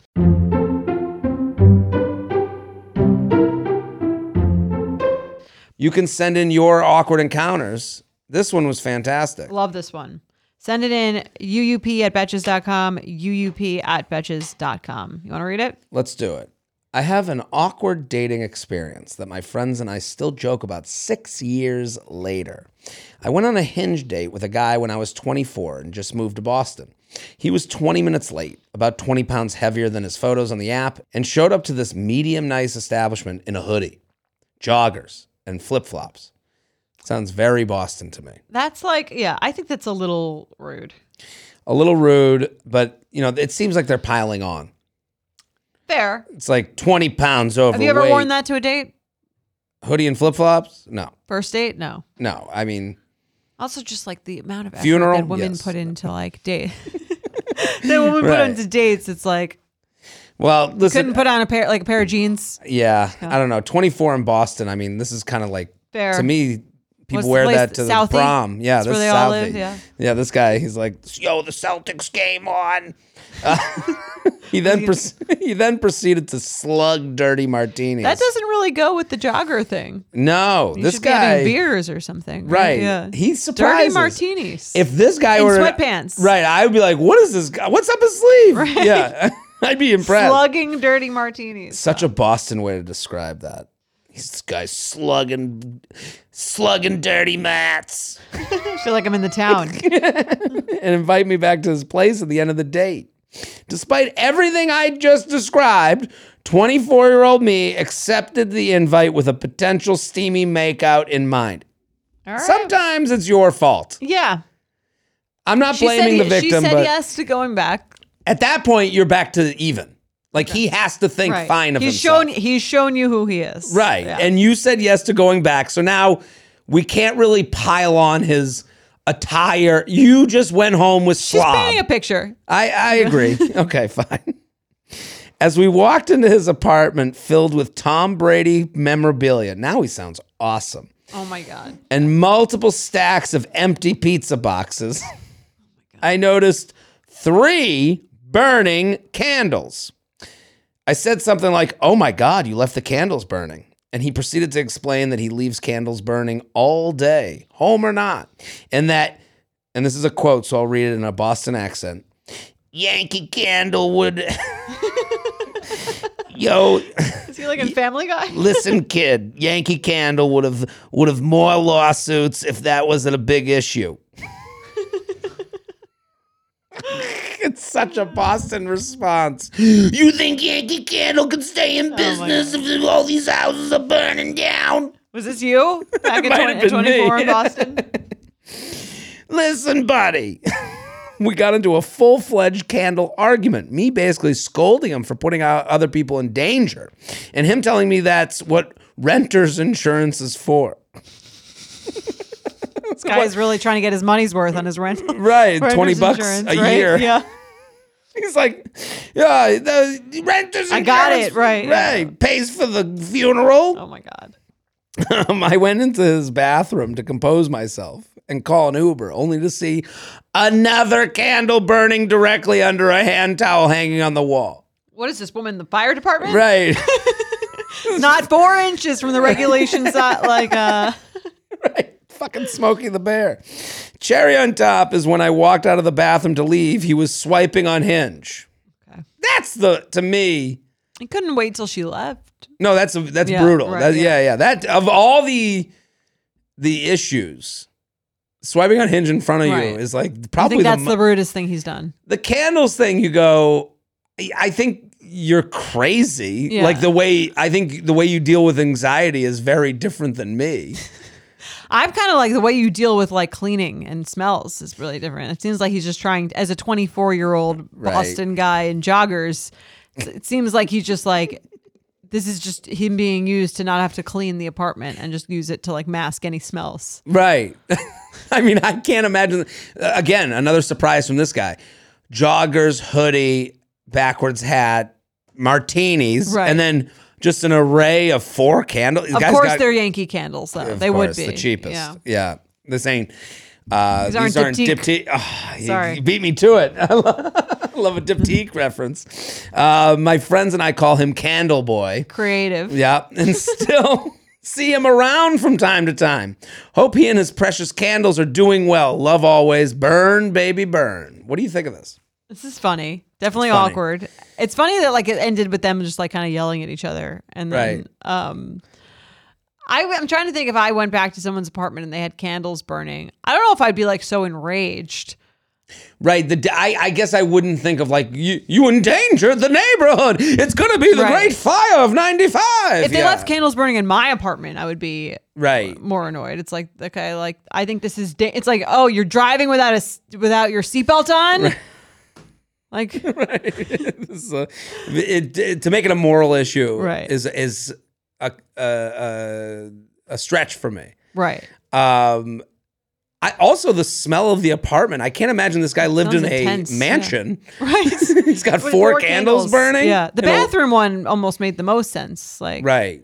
S2: You can send in your awkward encounters. This one was fantastic.
S1: Love this one. Send it in uup at betches.com, uup at betches.com. You want to read it?
S2: Let's do it. I have an awkward dating experience that my friends and I still joke about six years later. I went on a hinge date with a guy when I was 24 and just moved to Boston. He was 20 minutes late, about 20 pounds heavier than his photos on the app, and showed up to this medium nice establishment in a hoodie, joggers, and flip flops. Sounds very Boston to me.
S1: That's like, yeah, I think that's a little rude.
S2: A little rude, but you know, it seems like they're piling on.
S1: Fair.
S2: It's like 20 pounds overweight.
S1: Have you ever worn that to a date?
S2: Hoodie and flip flops? No.
S1: First date? No.
S2: No, I mean,
S1: Also, just like the amount of effort
S2: Funeral?
S1: that women
S2: Yes.
S1: put into like date. that women put
S2: Right.
S1: into dates, it's like
S2: well, listen,
S1: couldn't put on a pair like a pair of jeans.
S2: yeah, I don't know. 24 in Boston, I mean, this is kind of like,
S1: Fair.
S2: to me,
S1: What's
S2: people
S1: the
S2: wear
S1: place?
S2: that to the
S1: Southie?
S2: prom. Yeah,
S1: That's
S2: this
S1: where they
S2: is
S1: all
S2: Southie.
S1: live, yeah.
S2: yeah, this guy, he's like, yo, the Celtics game on. Uh, he then proce- he then proceeded to slug dirty martinis.
S1: That doesn't really go with the jogger thing.
S2: no,
S1: You
S2: this
S1: should be having
S2: guy,
S1: beers or something.
S2: right?
S1: Yeah.
S2: He
S1: Dirty
S2: surprises.
S1: martinis.
S2: If this guy
S1: In
S2: were
S1: sweatpants.
S2: right? I would be like, what is this guy? What's up his sleeve? Yeah, I'd be impressed.
S1: slugging dirty martinis.
S2: Such a Boston way to describe that. This guy's slugging, slugging dirty mats,
S1: I feel like I'm in the town.
S2: and invite me back to his place at the end of the date. Despite everything I just described, 24 year old me accepted the invite with a potential steamy makeout in mind.
S1: All right.
S2: Sometimes it's your fault.
S1: yeah.
S2: I'm not
S1: She
S2: blaming
S1: said,
S2: the victim,
S1: she said
S2: but
S1: yes to going back.
S2: At that point, you're back to even. Like he has to think
S1: Right.
S2: fine of
S1: he's
S2: himself.
S1: shown he's shown you who he is.
S2: Right.
S1: Yeah.
S2: And you said yes to going back. So now we can't really pile on his attire. You just went home with
S1: She's
S2: slob.
S1: painting a picture.
S2: I, I agree. okay, fine. As we walked into his apartment filled with Tom Brady memorabilia, now he sounds awesome,
S1: Oh my god.
S2: and multiple stacks of empty pizza boxes, I noticed three burning candles. I said something like, Oh my God, you left the candles burning. And he proceeded to explain that he leaves candles burning all day, home or not. And that, and this is a quote, so I'll read it in a Boston accent Yankee candle would. Yo,
S1: Is he like in Family Guy?
S2: listen, kid, Yankee Candle would have would have more lawsuits if that wasn't a big issue. it's such a Boston response. You think Yankee Candle could stay in business if all these houses are burning down?
S1: Was this you back in
S2: might
S1: 20,
S2: have been me.
S1: 24 in Boston?
S2: Listen, buddy. we got into a full fledged candle argument. Me basically scolding him for putting out other people in danger, and him telling me that's what renter's insurance is for.
S1: This guy's really trying to get his money's worth on his rent.
S2: Right,
S1: renter's
S2: twenty bucks
S1: insurance,
S2: a
S1: right?
S2: year.
S1: Yeah.
S2: He's like, yeah, the renter's insurance.
S1: I got it, right, yeah.
S2: Right, pays for the funeral.
S1: Oh my god.
S2: Um, I went into his bathroom to compose myself and call an Uber, only to see another candle burning directly under a hand towel hanging on the wall.
S1: What is this woman? The fire department?
S2: Right,
S1: Not four inches from the regulations. Not like uh.
S2: right. Fucking Smokey the Bear. Cherry on top is when I walked out of the bathroom to leave, he was swiping on Hinge.
S1: Okay.
S2: That's the, to me,
S1: I couldn't wait till she left.
S2: No, that's that's
S1: Yeah,
S2: brutal.
S1: right,
S2: That- yeah.
S1: yeah.
S2: yeah, That of all the the issues, swiping on Hinge in front of you
S1: Right.
S2: is like
S1: I
S2: probably
S1: think
S2: the,
S1: that's
S2: mo-
S1: the
S2: the
S1: rudest thing he's done.
S2: candles thing. You go, I- I think you're crazy.
S1: Yeah.
S2: Like the way I think the way you deal with anxiety is very different than me.
S1: I'm kind of like the way you deal with like cleaning and smells is really different. It seems like he's just trying as a 24 year old
S2: Right.
S1: Boston guy in joggers. It seems like he's just like this is just him being used to not have to clean the apartment and just use it to like mask any smells.
S2: Right. I mean, I can't imagine. uh, Again, another surprise from this guy. Joggers, hoodie, backwards hat, martinis,
S1: Right.
S2: and then just an array of four candles.
S1: Of course, they're Yankee candles though.
S2: of
S1: they
S2: course,
S1: would be
S2: the cheapest.
S1: Yeah.
S2: Yeah. This ain't. Uh, these
S1: These
S2: aren't,
S1: aren't
S2: diptyque.
S1: diptyque.
S2: Ah, you-
S1: Sorry.
S2: you beat me to it. I lo- I love a diptyque reference. Uh, my friends and I call him Candle Boy.
S1: Creative.
S2: Yeah, and still see him around from time to time. Hope he and his precious candles are doing well. Love always. Burn, baby, burn. What do you think of this?
S1: This is funny. Definitely
S2: It's funny.
S1: awkward. It's funny that like it ended with them just like kind of yelling at each other, and then um, I, I'm trying to think if I went back to someone's apartment and they had candles burning. I don't know if I'd be like so enraged.
S2: Right. The I, I guess I wouldn't think of like you. You endangered the neighborhood. It's gonna be the
S1: Right.
S2: Great Fire of '95.
S1: If they left candles burning in my apartment, I would be
S2: right.
S1: more annoyed. It's like okay, like I think this is. Da- it's like oh, you're driving without a s- without your seatbelt on. Like
S2: This is a- it- it- to make it a moral issue
S1: Right.
S2: is is a a, a a stretch for me.
S1: right,
S2: Um, I also the smell of the apartment. I can't imagine this guy lived
S1: Sounds
S2: in
S1: intense,
S2: a
S1: yeah.
S2: mansion.
S1: right.
S2: He's got
S1: With
S2: four, candles, burning.
S1: Yeah, the
S2: and a-
S1: bathroom one almost made the most sense. Like
S2: Right.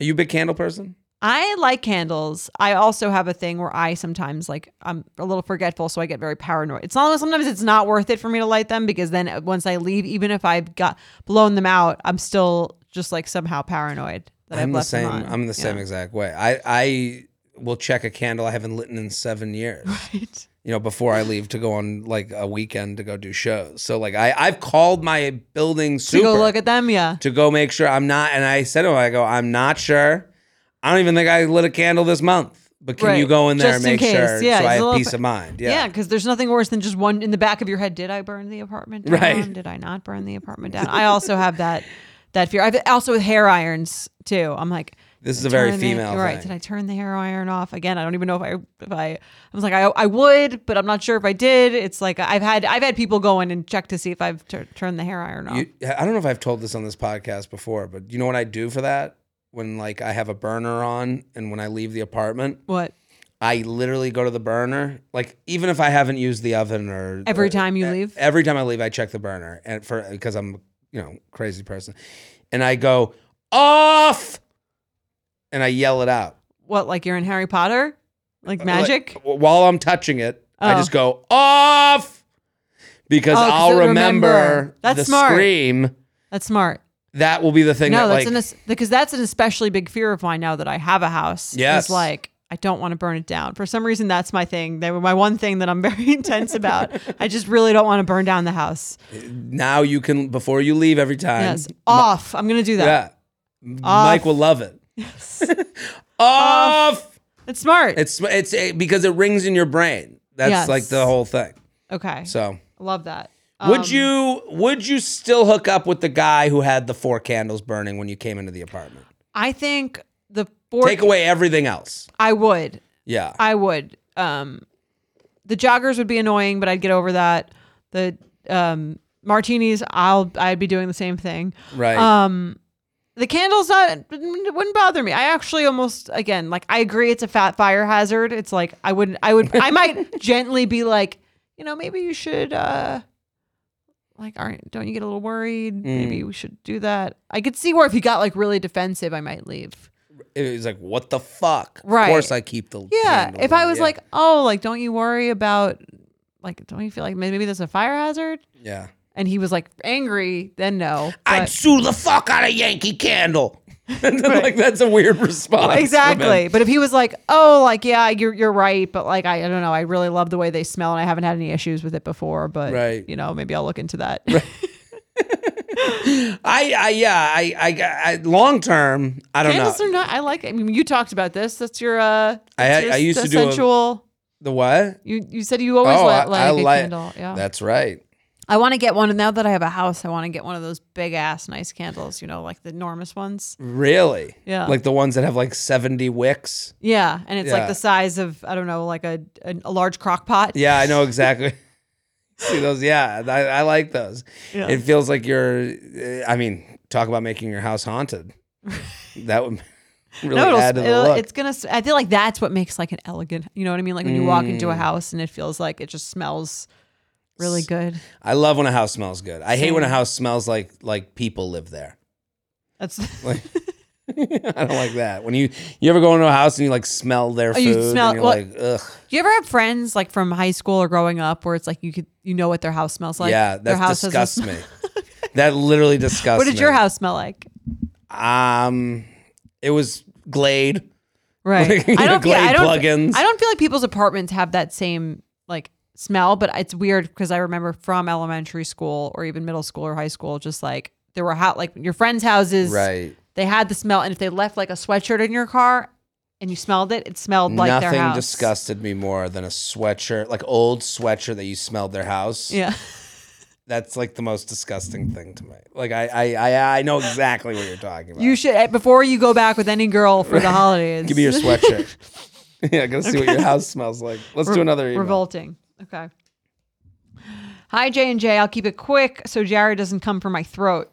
S2: Are you a big candle person?
S1: I like candles. I also have a thing where I sometimes like I'm a little forgetful, so I get very paranoid. It's not sometimes it's not worth it for me to light them because then uh, once I leave, even if I've got blown them out, I'm still just like somehow paranoid that
S2: I'm
S1: have
S2: the
S1: left
S2: same.
S1: Them on.
S2: I'm the same exact way. I I will check a candle I haven't lit in seven years.
S1: Right.
S2: You know, before I leave to go on like a weekend to go do shows. So like I I've called my building
S1: To
S2: super
S1: go look at them, yeah.
S2: to go make sure I'm not. And I said to him, I go, I'm not sure. I don't even think I lit a candle this month. But can you
S1: Right.
S2: go in there
S1: Just
S2: and make
S1: in case.
S2: sure so
S1: Yeah, it's
S2: I
S1: a
S2: have
S1: little
S2: peace
S1: bit-
S2: of mind?
S1: Yeah, because there's nothing worse than just one in the back of your head. Did I burn the apartment down?
S2: Right.
S1: Did I not burn the apartment down? I also have that that fear. I've also with hair irons too. I'm like,
S2: This is a very
S1: turn the-
S2: female
S1: you're right.
S2: thing.
S1: Did I turn the hair iron off again? I don't even know if I if I I was like I I would, but I'm not sure if I did. It's like I've had I've had people go in and check to see if I've tur turned the hair iron off.
S2: You, I don't know if I've told this on this podcast before, but you know what I do for that? When like I have a burner on and when I leave the apartment,
S1: what?
S2: I literally go to the burner. Like even if I haven't used the oven or
S1: Every
S2: or-
S1: time you
S2: e-
S1: leave?
S2: every time I leave, I check the burner and for because I'm you know crazy person, and I go off, and I yell it out
S1: What? Like you're in Harry Potter? Like
S2: Uh, Like,
S1: magic?
S2: w- while I'm touching it, I
S1: Oh.
S2: just go off because
S1: Oh, 'cause
S2: I'll
S1: it'll
S2: remember,
S1: remember. That's
S2: the
S1: smart.
S2: scream.
S1: That's smart.
S2: That will be the thing.
S1: No,
S2: that,
S1: that's
S2: like,
S1: an es- because that's an especially big fear of mine now that I have a house.
S2: Yes.
S1: It's like I don't want to burn it down. For some reason that's my thing. They were my one thing that I'm very intense about. I just really don't want to burn down the house.
S2: now you can before you leave every time.
S1: Yes. Off. I'm gonna do that.
S2: Yeah. Mike will love it. Off.
S1: It's smart.
S2: It's it's it, because it rings in your brain. That's
S1: Yes.
S2: like the whole thing.
S1: okay.
S2: So,
S1: I love that. Um,
S2: would you would you still hook up with the guy who had the four candles burning when you came into the apartment?
S1: I think the four
S2: Take away everything else.
S1: I would.
S2: Yeah.
S1: I would. Um, the joggers would be annoying, but I'd get over that. The um, martinis, I'll I'd be doing the same thing.
S2: right.
S1: Um, the candles not it wouldn't bother me. I actually almost again like I agree it's a fat fire hazard. It's like I wouldn't. I would. I might gently be like, you know, maybe you should. uh like, aren't don't you get a little worried?
S2: Mm.
S1: Maybe we should do that. I could see where if you got like really defensive, I might leave.
S2: it was like, what the fuck?
S1: Right.
S2: Of course, I keep the.
S1: Yeah.
S2: candle
S1: If I
S2: on.
S1: was
S2: Yeah.
S1: like, oh, like, don't you worry about, like, don't you feel like may- maybe there's a fire hazard?
S2: yeah,
S1: And he was like angry, then no.
S2: I'd
S1: But,
S2: sue the fuck out of Yankee Candle. And then, Like that's a weird response. from him.
S1: exactly. But if he was like, oh, like, yeah, you're, you're right. But like, I, I don't know. I really love the way they smell and I haven't had any issues with it before. But,
S2: Right.
S1: you know, maybe I'll look into that.
S2: I, I yeah, I, I, I long term, I don't
S1: Candles
S2: know.
S1: are not, I like, I mean, you talked about this. That's your, uh,
S2: I
S1: that's
S2: had-
S1: your
S2: I used
S1: s-
S2: to do a-
S1: sensual.
S2: the what?
S1: you, you said you always
S2: I,
S1: let, like
S2: I
S1: a
S2: like-
S1: candle. Yeah.
S2: That's right.
S1: I want to get one now that I have a house. I want to get one of those big ass nice candles, you know, like the enormous ones.
S2: Really?
S1: Yeah.
S2: Like the ones that have like seventy wicks.
S1: Yeah, and it's
S2: Yeah.
S1: like the size of I don't know, like a a, a large crock pot.
S2: Yeah, I know exactly. See those? Yeah, I, I like those.
S1: Yeah.
S2: It feels like you're. uh, I mean, talk about making your house haunted. that would really
S1: no, it'll,
S2: add to the
S1: it'll-
S2: look.
S1: it's gonna. s- I feel like that's what makes like an elegant. You know what I mean? Like when you walk into a
S2: Mm.
S1: house and it feels like it just smells really good.
S2: I love when a house smells good. I hate when a
S1: Same.
S2: house smells like like people live there.
S1: That's
S2: Like I don't like that. When you you ever go into a house and you like smell their
S1: Oh,
S2: food,
S1: you smell-
S2: and you're
S1: well-
S2: like ugh.
S1: Do you ever have friends like from high school or growing up where it's like you could you know what their house smells like?
S2: yeah,
S1: their
S2: that
S1: doesn't
S2: disgusts
S1: smell-
S2: me. That literally disgusts.
S1: What did your
S2: me.
S1: house smell like?
S2: Um, it was Glade.
S1: Right.
S2: Like,
S1: I
S2: you know,
S1: don't feel
S2: Glade
S1: I don't,
S2: plugins.
S1: I don't feel like people's apartments have that same like smell, but it's weird because I remember from elementary school or even middle school or high school, just like there were hot like your friends' houses. They had the smell, and if they left like a sweatshirt in your car and you smelled it, it smelled like
S2: Nothing
S1: their house.
S2: disgusted me more than a sweatshirt, like old sweatshirt that you smelled their house.
S1: Yeah.
S2: That's like the most disgusting thing to me. Like I I I, I know exactly what you're talking about.
S1: You should eh, before you go back with any girl for the holidays.
S2: Give me your sweatshirt. yeah, I gotta see what your house smells like. Let's do another email.
S1: Revolting. Okay. Hi J and J. I'll keep it quick so Jared doesn't come for my throat.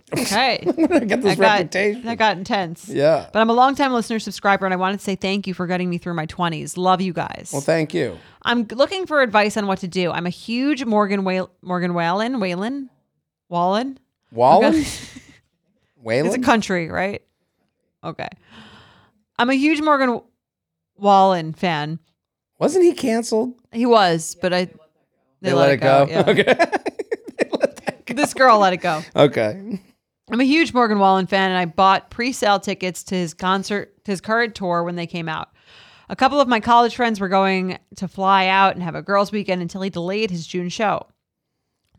S1: Okay.
S2: I get this
S1: that got,
S2: reputation.
S1: That got intense.
S2: yeah.
S1: But I'm a longtime listener subscriber, and I wanted to say thank you for getting me through my 20s. Love you guys.
S2: Well, thank you.
S1: I'm looking for advice on what to do. I'm a huge Morgan Whal- Morgan Whalen Whalen Wallen.
S2: Wallen?
S1: It's a
S2: Whalen?
S1: country, right? Okay. I'm a huge Morgan Wallen fan.
S2: Wasn't he canceled?
S1: He was, but I they, yeah.
S2: Okay. They let that go.
S1: This girl let it go.
S2: Okay.
S1: I'm a huge Morgan Wallen fan, and I bought pre-sale tickets to his concert, to his current tour when they came out. A couple of my college friends were going to fly out and have a girls' weekend until he delayed his June show.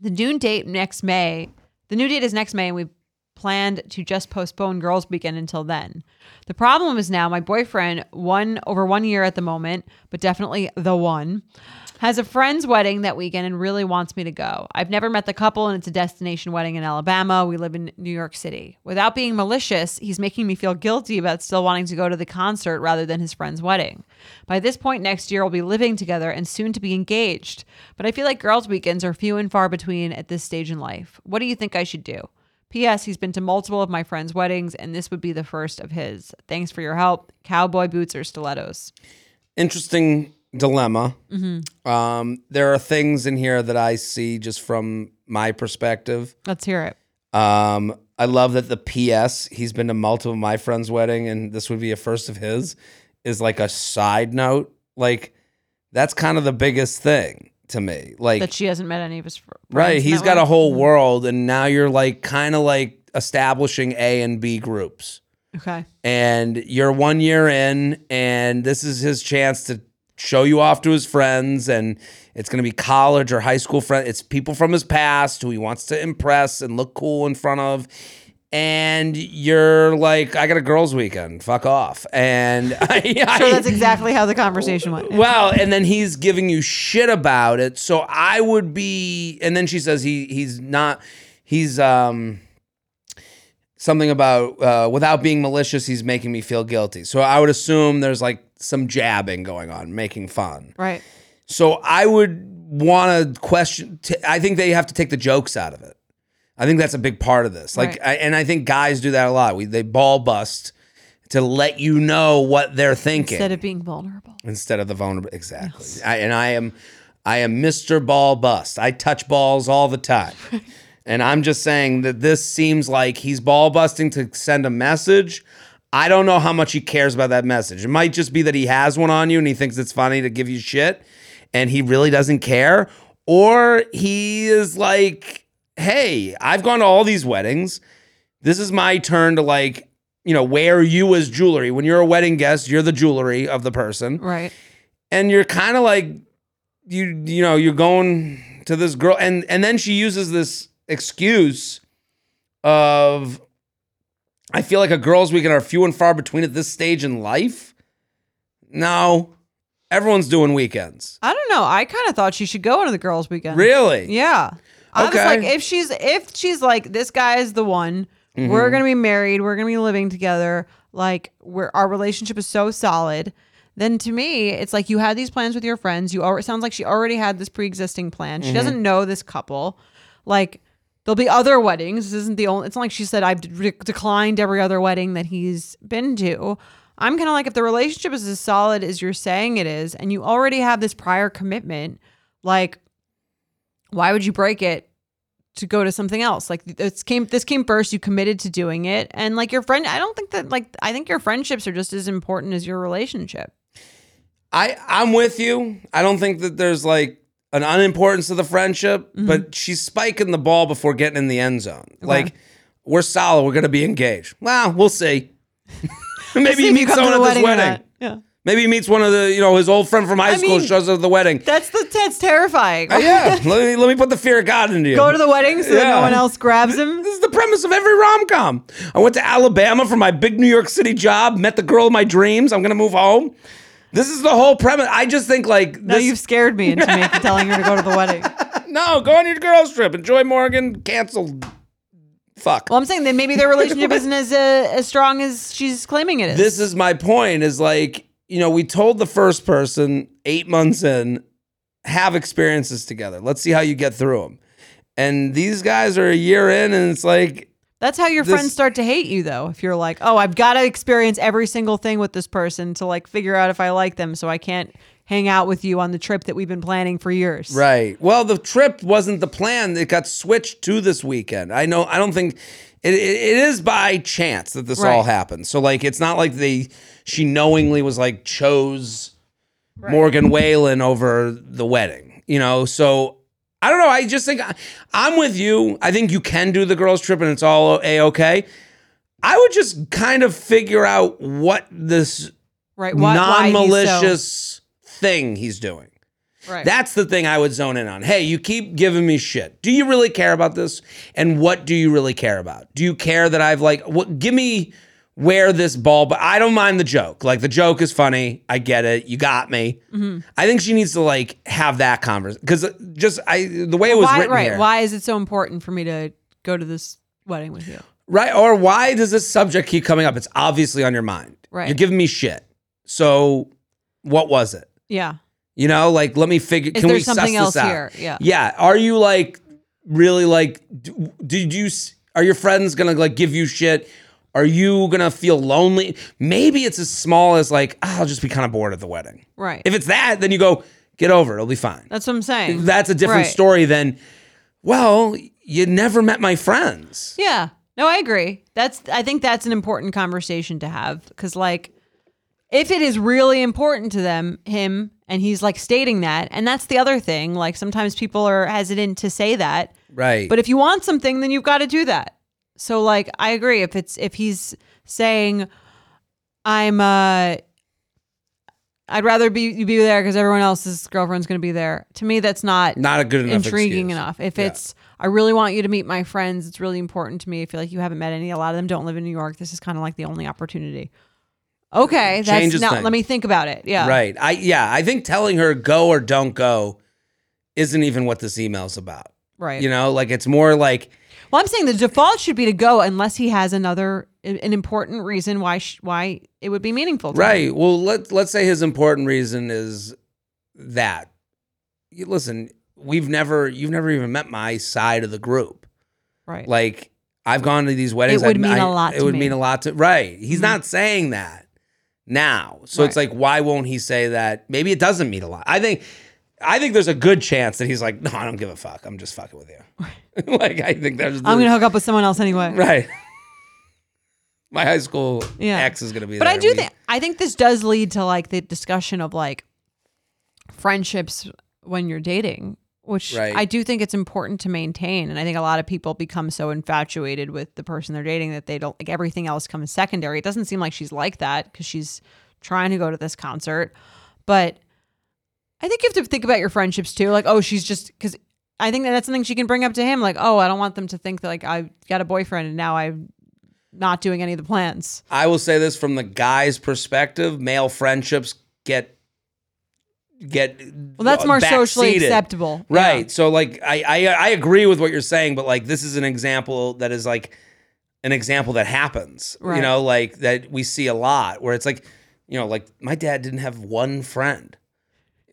S1: The June date next May. The new date is next May, and we've planned to just postpone girls' weekend until then. The problem is now my boyfriend, one over one year at the moment, but definitely the one, has a friend's wedding that weekend and really wants me to go. I've never met the couple, and it's a destination wedding in Alabama. We live in New York City. Without being malicious, he's making me feel guilty about still wanting to go to the concert rather than his friend's wedding. By this point next year, we'll be living together and soon to be engaged. But I feel like girls' weekends are few and far between at this stage in life. What do you think I should do? P.S. He's been to multiple of my friends' weddings, and this would be the first of his. Thanks for your help. Cowboy boots or stilettos?
S2: Interesting dilemma.
S1: Mm-hmm.
S2: Um, there are things in here that I see just from my perspective.
S1: Let's hear it.
S2: Um, I love that the PS, he's been to multiple of my friends' wedding and this would be a first of his, is like a side note. Like that's kind of the biggest thing to me. Like
S1: That she hasn't met any of his fr- friends.
S2: right,
S1: in
S2: he's
S1: that
S2: got
S1: way? Mm-hmm.
S2: a whole world and now you're like kind of like establishing A and B groups.
S1: Okay.
S2: And you're one year in and this is his chance to show you off to his friends and it's going to be college or high school friends. It's people from his past who he wants to impress and look cool in front of. And you're like, I got a girls' weekend. Fuck off. And I, I,
S1: So that's exactly how the conversation went.
S2: well, and then he's giving you shit about it. So I would be, and then she says he he's not, he's um something about uh, without being malicious, he's making me feel guilty. So I would assume there's like some jabbing going on, making fun.
S1: Right.
S2: So I would want to question. T- I think they have to take the jokes out of it. I think that's a big part of this. Like,
S1: Right.
S2: I, and I think guys do that a lot. We they ball bust to let you know what they're thinking
S1: Instead of being vulnerable.
S2: instead of the vulnerable. Exactly. I, and I am, I am Mr. Ball Bust. I touch balls all the time. and I'm just saying that this seems like he's ball busting to send a message. I don't know how much he cares about that message. It might just be that he has one on you and he thinks it's funny to give you shit and he really doesn't care. Or he is like, hey, I've gone to all these weddings this is my turn to like you know wear you as jewelry when you're a wedding guest you're the jewelry of the person
S1: Right.
S2: and you're kind of like you you know you're going to this girl and and then she uses this excuse of i feel like a girls weekend are few and far between at this stage in life no everyone's doing weekends
S1: I don't know. I kind of thought she should go into the girls' weekend.
S2: really
S1: Yeah. I was
S2: Okay.
S1: like, if she's if she's like, this guy is the one. We're gonna be married. We're gonna be living together. Like, we're our relationship is so solid. Then to me, it's like you had these plans with your friends. You already sounds like she already had this pre-existing plan. She doesn't know this couple. Like, there'll be other weddings. This isn't the only. It's not like she said I've de- declined every other wedding that he's been to. I'm kind of like if the relationship is as solid as you're saying it is, and you already have this prior commitment, like why would you break it to go to something else like this came this came first you committed to doing it and like your friend i don't think that like i think your friendships are just as important as your relationship
S2: I I'm with you. I don't think that there's like an unimportance to the friendship,
S1: Mm-hmm.
S2: but she's spiking the ball before getting in the end zone. Like we're solid. We're gonna be engaged. Well, we'll see. Maybe
S1: See
S2: he
S1: if you
S2: meets
S1: come to
S2: someone
S1: the
S2: at this
S1: wedding or
S2: wedding.
S1: not. yeah
S2: Maybe he meets one of the you know his old friend from high
S1: I
S2: school
S1: mean-
S2: shows up at the wedding. Oh,
S1: that's the that's terrifying
S2: yeah, let me let me put the fear of God into you.
S1: go to the wedding so that
S2: Yeah.
S1: no one else grabs him
S2: This is the premise of every rom com. I went to Alabama for my big New York City job, met the girl of my dreams. I'm gonna move home. This is the whole premise. I just think like this,
S1: no you've scared me into making, telling her to go to the wedding
S2: No, go on your girls trip. Enjoy Morgan. Cancel. Fuck.
S1: well i'm saying that maybe their relationship isn't as uh, as strong as she's claiming it is
S2: this is my point. Is like you know we told the first person eight months in have experiences together. Let's see how you get through them. And these guys are a year in, and it's like
S1: That's how your
S2: This-
S1: friends start to hate you, though. If you're like, oh, I've got to experience every single thing with this person to like figure out if I like them, so I can't hang out with you on the trip that we've been planning for years.
S2: right. Well, the trip wasn't the plan. It got switched to this weekend. I know. I don't think. It, it, it is by chance that this all
S1: Right.
S2: happened. So like, it's not like they she knowingly was like chose Morgan Whalen over the wedding. You know, so I don't know. I just think I, I'm with you. I think you can do the girls' trip and it's all a okay. I would just kind of figure out what this
S1: Right. Why, why
S2: non
S1: he's
S2: malicious thing he's doing.
S1: So, right.
S2: That's the thing I would zone in on. Hey, you keep giving me shit. Do you really care about this? And what do you really care about? Do you care that I've like what give me wear this ball, but I don't mind the joke. Like the joke is funny. I get it. You got me.
S1: Mm-hmm.
S2: I think she needs to like have that conversation because just I the way it was
S1: why,
S2: written
S1: right?
S2: here,
S1: Why is it so important for me to go to this wedding with you?
S2: right? Or why does this subject keep coming up? It's obviously on your mind.
S1: Right.
S2: You're giving me shit. So what was it?
S1: Yeah.
S2: You know, like let me figure.
S1: Is
S2: can
S1: there
S2: we suss
S1: something
S2: this
S1: else
S2: out?
S1: here? Yeah.
S2: Yeah. Are you like really like? d- Did you? s- Are your friends gonna like give you shit? Are you gonna feel lonely? Maybe it's as small as like "Ah, I'll just be kind of bored at the wedding.
S1: Right.
S2: If it's that, then you go get over it. It'll be fine.
S1: That's what I'm saying.
S2: That's a different
S1: Right.
S2: story than. Well, you never met my friends.
S1: Yeah. No, I agree. That's I think that's an important conversation to have cuz like if it is really important to them him and he's like stating that and that's the other thing like sometimes people are hesitant to say that
S2: Right.
S1: but if you want something then you've got to do that. So like I agree if it's if he's saying I'm uh I'd rather be you be there cuz everyone else's girlfriend's going to be there. To me that's not
S2: not a good enough.
S1: intriguing
S2: excuse.
S1: enough. If
S2: Yeah.
S1: it's, I really want you to meet my friends. It's really important to me. I feel like you haven't met any. A lot of them don't live in New York. This is kind of like the only opportunity. Okay, that's
S2: Changes
S1: not.
S2: things.
S1: Let me think about it. Yeah,
S2: Right. I yeah, I think telling her go or don't go isn't even what this email's about.
S1: right.
S2: You know, like it's more like
S1: Well, I'm saying the default should be to go unless he has another an important reason why sh- why it would be meaningful. To him.
S2: right. Well, let let's say his important reason is that. You, listen, we've never you've never even met my side of the group.
S1: right.
S2: Like I've gone to these weddings.
S1: It would
S2: I've-
S1: mean
S2: I-
S1: a lot
S2: It
S1: to
S2: would
S1: me.
S2: mean a lot to right. He's
S1: Mhm.
S2: not saying that now, so it's
S1: Right.
S2: like, why won't he say that? Maybe it doesn't mean a lot. I think, I think there's a good chance that he's like, no, I don't give a fuck. I'm just fucking with you. like I think there's
S1: I'm gonna hook up with someone else anyway.
S2: right. My high school
S1: Yeah.
S2: ex is gonna be
S1: But
S2: there.
S1: I do
S2: We-
S1: think I think this does lead to like the discussion of like friendships when you're dating, which
S2: Right.
S1: I do think it's important to maintain. And I think a lot of people become so infatuated with the person they're dating that they don't like everything else comes secondary. It doesn't seem like she's like that because she's trying to go to this concert, but I think you have to think about your friendships too. Like, oh, she's just because I think that that's something she can bring up to him. Like, oh, I don't want them to think that like I got a boyfriend and now I'm not doing any of the plans.
S2: I will say this from the guy's perspective: male friendships get get
S1: Well, that's more socially
S2: backseated.
S1: acceptable.
S2: Right. So like I, I I agree with what you're saying, but like this is an example that is like an example that happens. You
S1: Right.
S2: know, like that we see a lot where it's like, you know, like my dad didn't have one friend.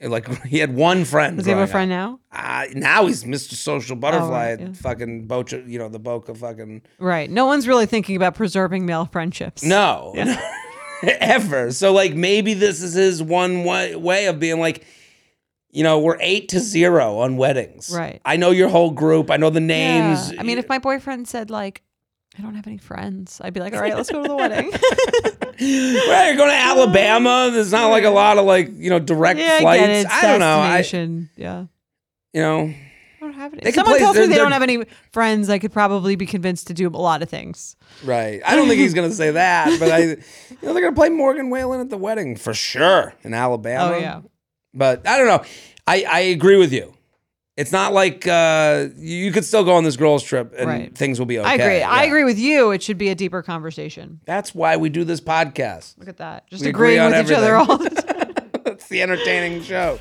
S2: Like he had one friend.
S1: Does he have
S2: growing
S1: a
S2: up.
S1: friend now?
S2: Uh, now he's Mr. Social Butterfly,
S1: right,
S2: at
S1: yeah.
S2: fucking Boca, you know, the Boca fucking.
S1: Right. No one's really thinking about preserving male friendships.
S2: No. Ever. So like maybe this is his one way, way of being like, you know, we're eight to zero on weddings.
S1: Right.
S2: I know your whole group. I know the
S1: Yeah.
S2: names.
S1: I mean, if my boyfriend said like, I don't have any friends, I'd be like, all right, let's go to the wedding.
S2: right, you're going to Alabama. There's not like a lot of like, you know, direct
S1: yeah, I
S2: flights.
S1: get it. It's
S2: I don't know. I
S1: Destination. yeah.
S2: you know,
S1: I don't have any.
S2: They
S1: If
S2: can play-
S1: someone tells me
S2: they're-
S1: they don't
S2: they're-
S1: have any friends, I could probably be convinced to do a lot of things.
S2: right. I don't think he's going to say that, but I you know, they're going to play Morgan Whalen at the wedding for sure in
S1: Oh,
S2: Alabama.
S1: yeah.
S2: But I don't know. I, I agree with you. It's not like uh, you could still go on this girls' trip and
S1: Right.
S2: things will be okay.
S1: I agree.
S2: Yeah.
S1: I agree with you. It should be a deeper conversation.
S2: That's why we do this podcast.
S1: Look at that. Just
S2: We agree on
S1: agreeing with each other all
S2: everything.
S1: the time.
S2: It's the entertaining show.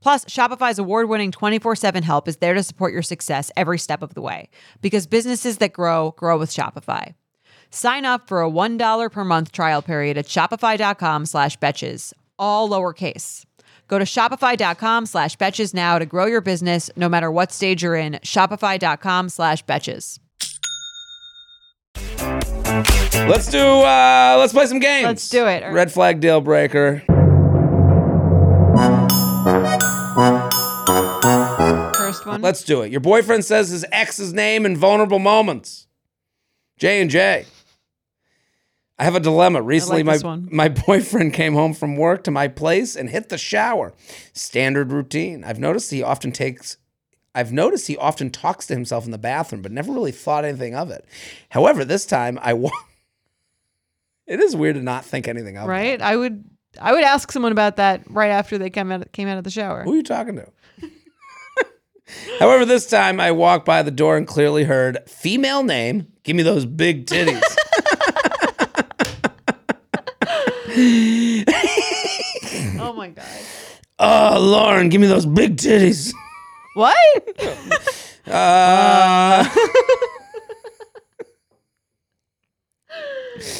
S1: Plus, Shopify's award winning 24 7 help is there to support your success every step of the way because businesses that grow, grow with Shopify. Sign up for a $1 per month trial period at shopify.com slash betches, all lowercase. Go to shopify.com slash betches now to grow your business no matter what stage you're in. Shopify.com slash betches.
S2: Let's do. Uh, let's play some games.
S1: Let's do it.
S2: Red flag deal breaker.
S1: First one.
S2: Let's do it. Your boyfriend says his ex's name in vulnerable moments. J and J. I have a dilemma. Recently,
S1: this
S2: my
S1: one.
S2: my boyfriend came home from work to my place and hit the shower. Standard routine. I've noticed he often takes. I've noticed he often talks to himself in the bathroom, but never really thought anything of it. However, this time I wa- It is weird to not think anything of it.
S1: right? I would I would ask someone about that right after they came out came out of the shower.
S2: Who are you talking to? However, this time I walked by the door and clearly heard female name. Give me those big titties.
S1: Oh my god.
S2: oh, Lauren, give me those big titties.
S1: What?
S2: Uh,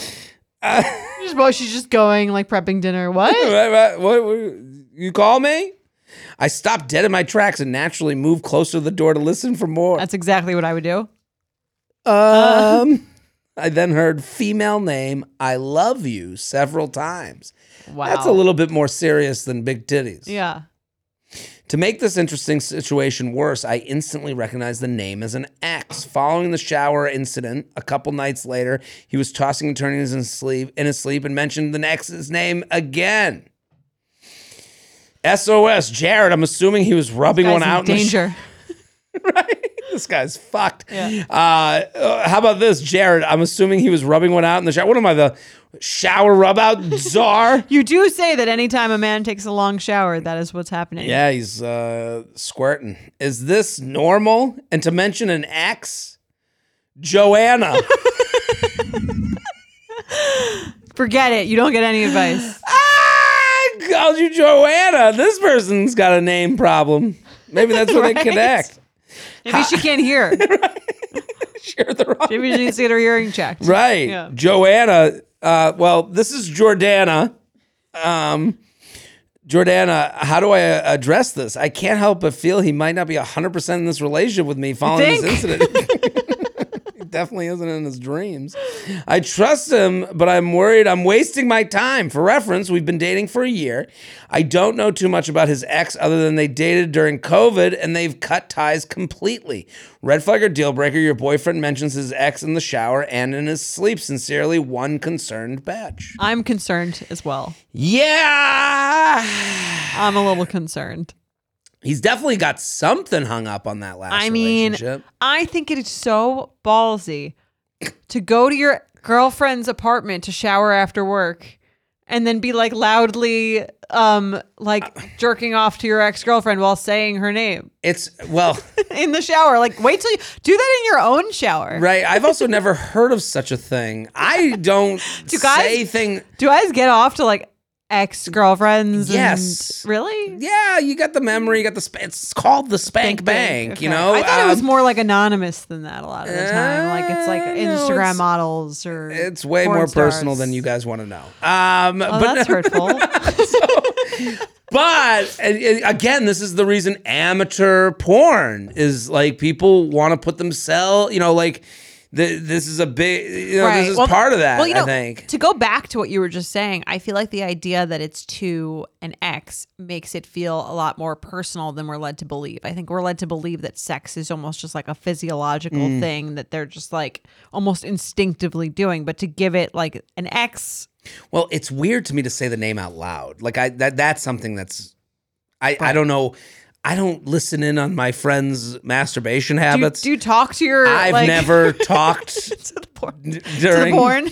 S1: Just well, she's just going like prepping dinner. What?
S2: right, right, what, what- you call me? I stopped dead in my tracks and naturally moved closer to the door to listen for more.
S1: That's exactly what I would do. Uh.
S2: Um, I then heard female name, I love you, several times.
S1: Wow.
S2: That's a little bit more serious than big titties.
S1: Yeah.
S2: To make this interesting situation worse, I instantly recognized the name as an ex. Following the shower incident, a couple nights later, he was tossing and turning in his sleep in his sleep and mentioned the ex's name again. SOS, Jared. I'm assuming he was rubbing
S1: Guys
S2: one
S1: in
S2: out. in the sh-
S1: danger.
S2: right? This guy's fucked.
S1: Yeah.
S2: Uh, uh, how about this, Jared? I'm assuming he was rubbing one out in the shower. What am I, the shower rub out czar?
S1: you do say that anytime a man takes a long shower, that is what's happening.
S2: Yeah, he's uh, squirting. Is this normal? And to mention an ex, Joanna.
S1: Forget it. You don't get any advice.
S2: ah, called you Joanna. This person's got a name problem. Maybe that's where they
S1: Right?
S2: connect.
S1: Maybe she can't hear.
S2: Share the wrong.
S1: Maybe she needs to get her hearing checked.
S2: Right.
S1: Yeah.
S2: Joanna. Uh, well, this is Jordana. Um, Jordana, how do I uh, address this? I can't help but feel he might not be 100% in this relationship with me following this
S1: think?
S2: incident. he definitely isn't in his dreams. I trust him, but I'm worried I'm wasting my time. For reference, we've been dating for a year. I don't know too much about his ex other than they dated during COVID and they've cut ties completely. Red flag or deal breaker, your boyfriend mentions his ex in the shower and in his sleep. Sincerely, one concerned batch.
S1: I'm concerned as well.
S2: Yeah.
S1: I'm a little concerned.
S2: He's definitely got something hung up on that last
S1: I mean,
S2: relationship.
S1: I think it is so ballsy to go to your girlfriend's apartment to shower after work and then be like loudly um like jerking off to your ex-girlfriend while saying her name
S2: It's well,
S1: in the shower like wait till you do that in your own shower
S2: right. I've also never heard of such a thing. I don't
S1: Do guys-
S2: say thing.
S1: do guys get off to like ex-girlfriends and-
S2: Yes.
S1: really
S2: Yeah, you got the memory, you got the. Sp- it's called the spank bank.
S1: Okay.
S2: You know,
S1: i thought it was
S2: Um,
S1: more like anonymous than that a lot of the time like it's like
S2: uh, no,
S1: instagram
S2: it's-
S1: models or
S2: It's way
S1: porn
S2: more personal
S1: stars.
S2: than you guys want to know. Um,
S1: oh,
S2: but
S1: that's hurtful
S2: But and, and again, this is the reason amateur porn is like people want to put themselves, you know, like th- this is a big, you know,
S5: Right.
S2: this is
S5: Well,
S2: part of that,
S5: well, you know,
S2: I think.
S5: To go back to what you were just saying, I feel like the idea that it's to an ex makes it feel a lot more personal than we're led to believe. I think we're led to believe that sex is almost just like a physiological
S2: Mm.
S5: thing that they're just like almost instinctively doing, but to give it like an ex,
S2: Well, it's weird to me to say the name out loud. Like I that that's something that's I I don't know. I don't listen in on my friends' masturbation
S5: do, you-
S2: habits.
S5: do you talk to your?
S2: I've
S5: like-
S2: never talked
S5: to the porn.
S2: d-
S5: To the
S2: during.
S5: porn.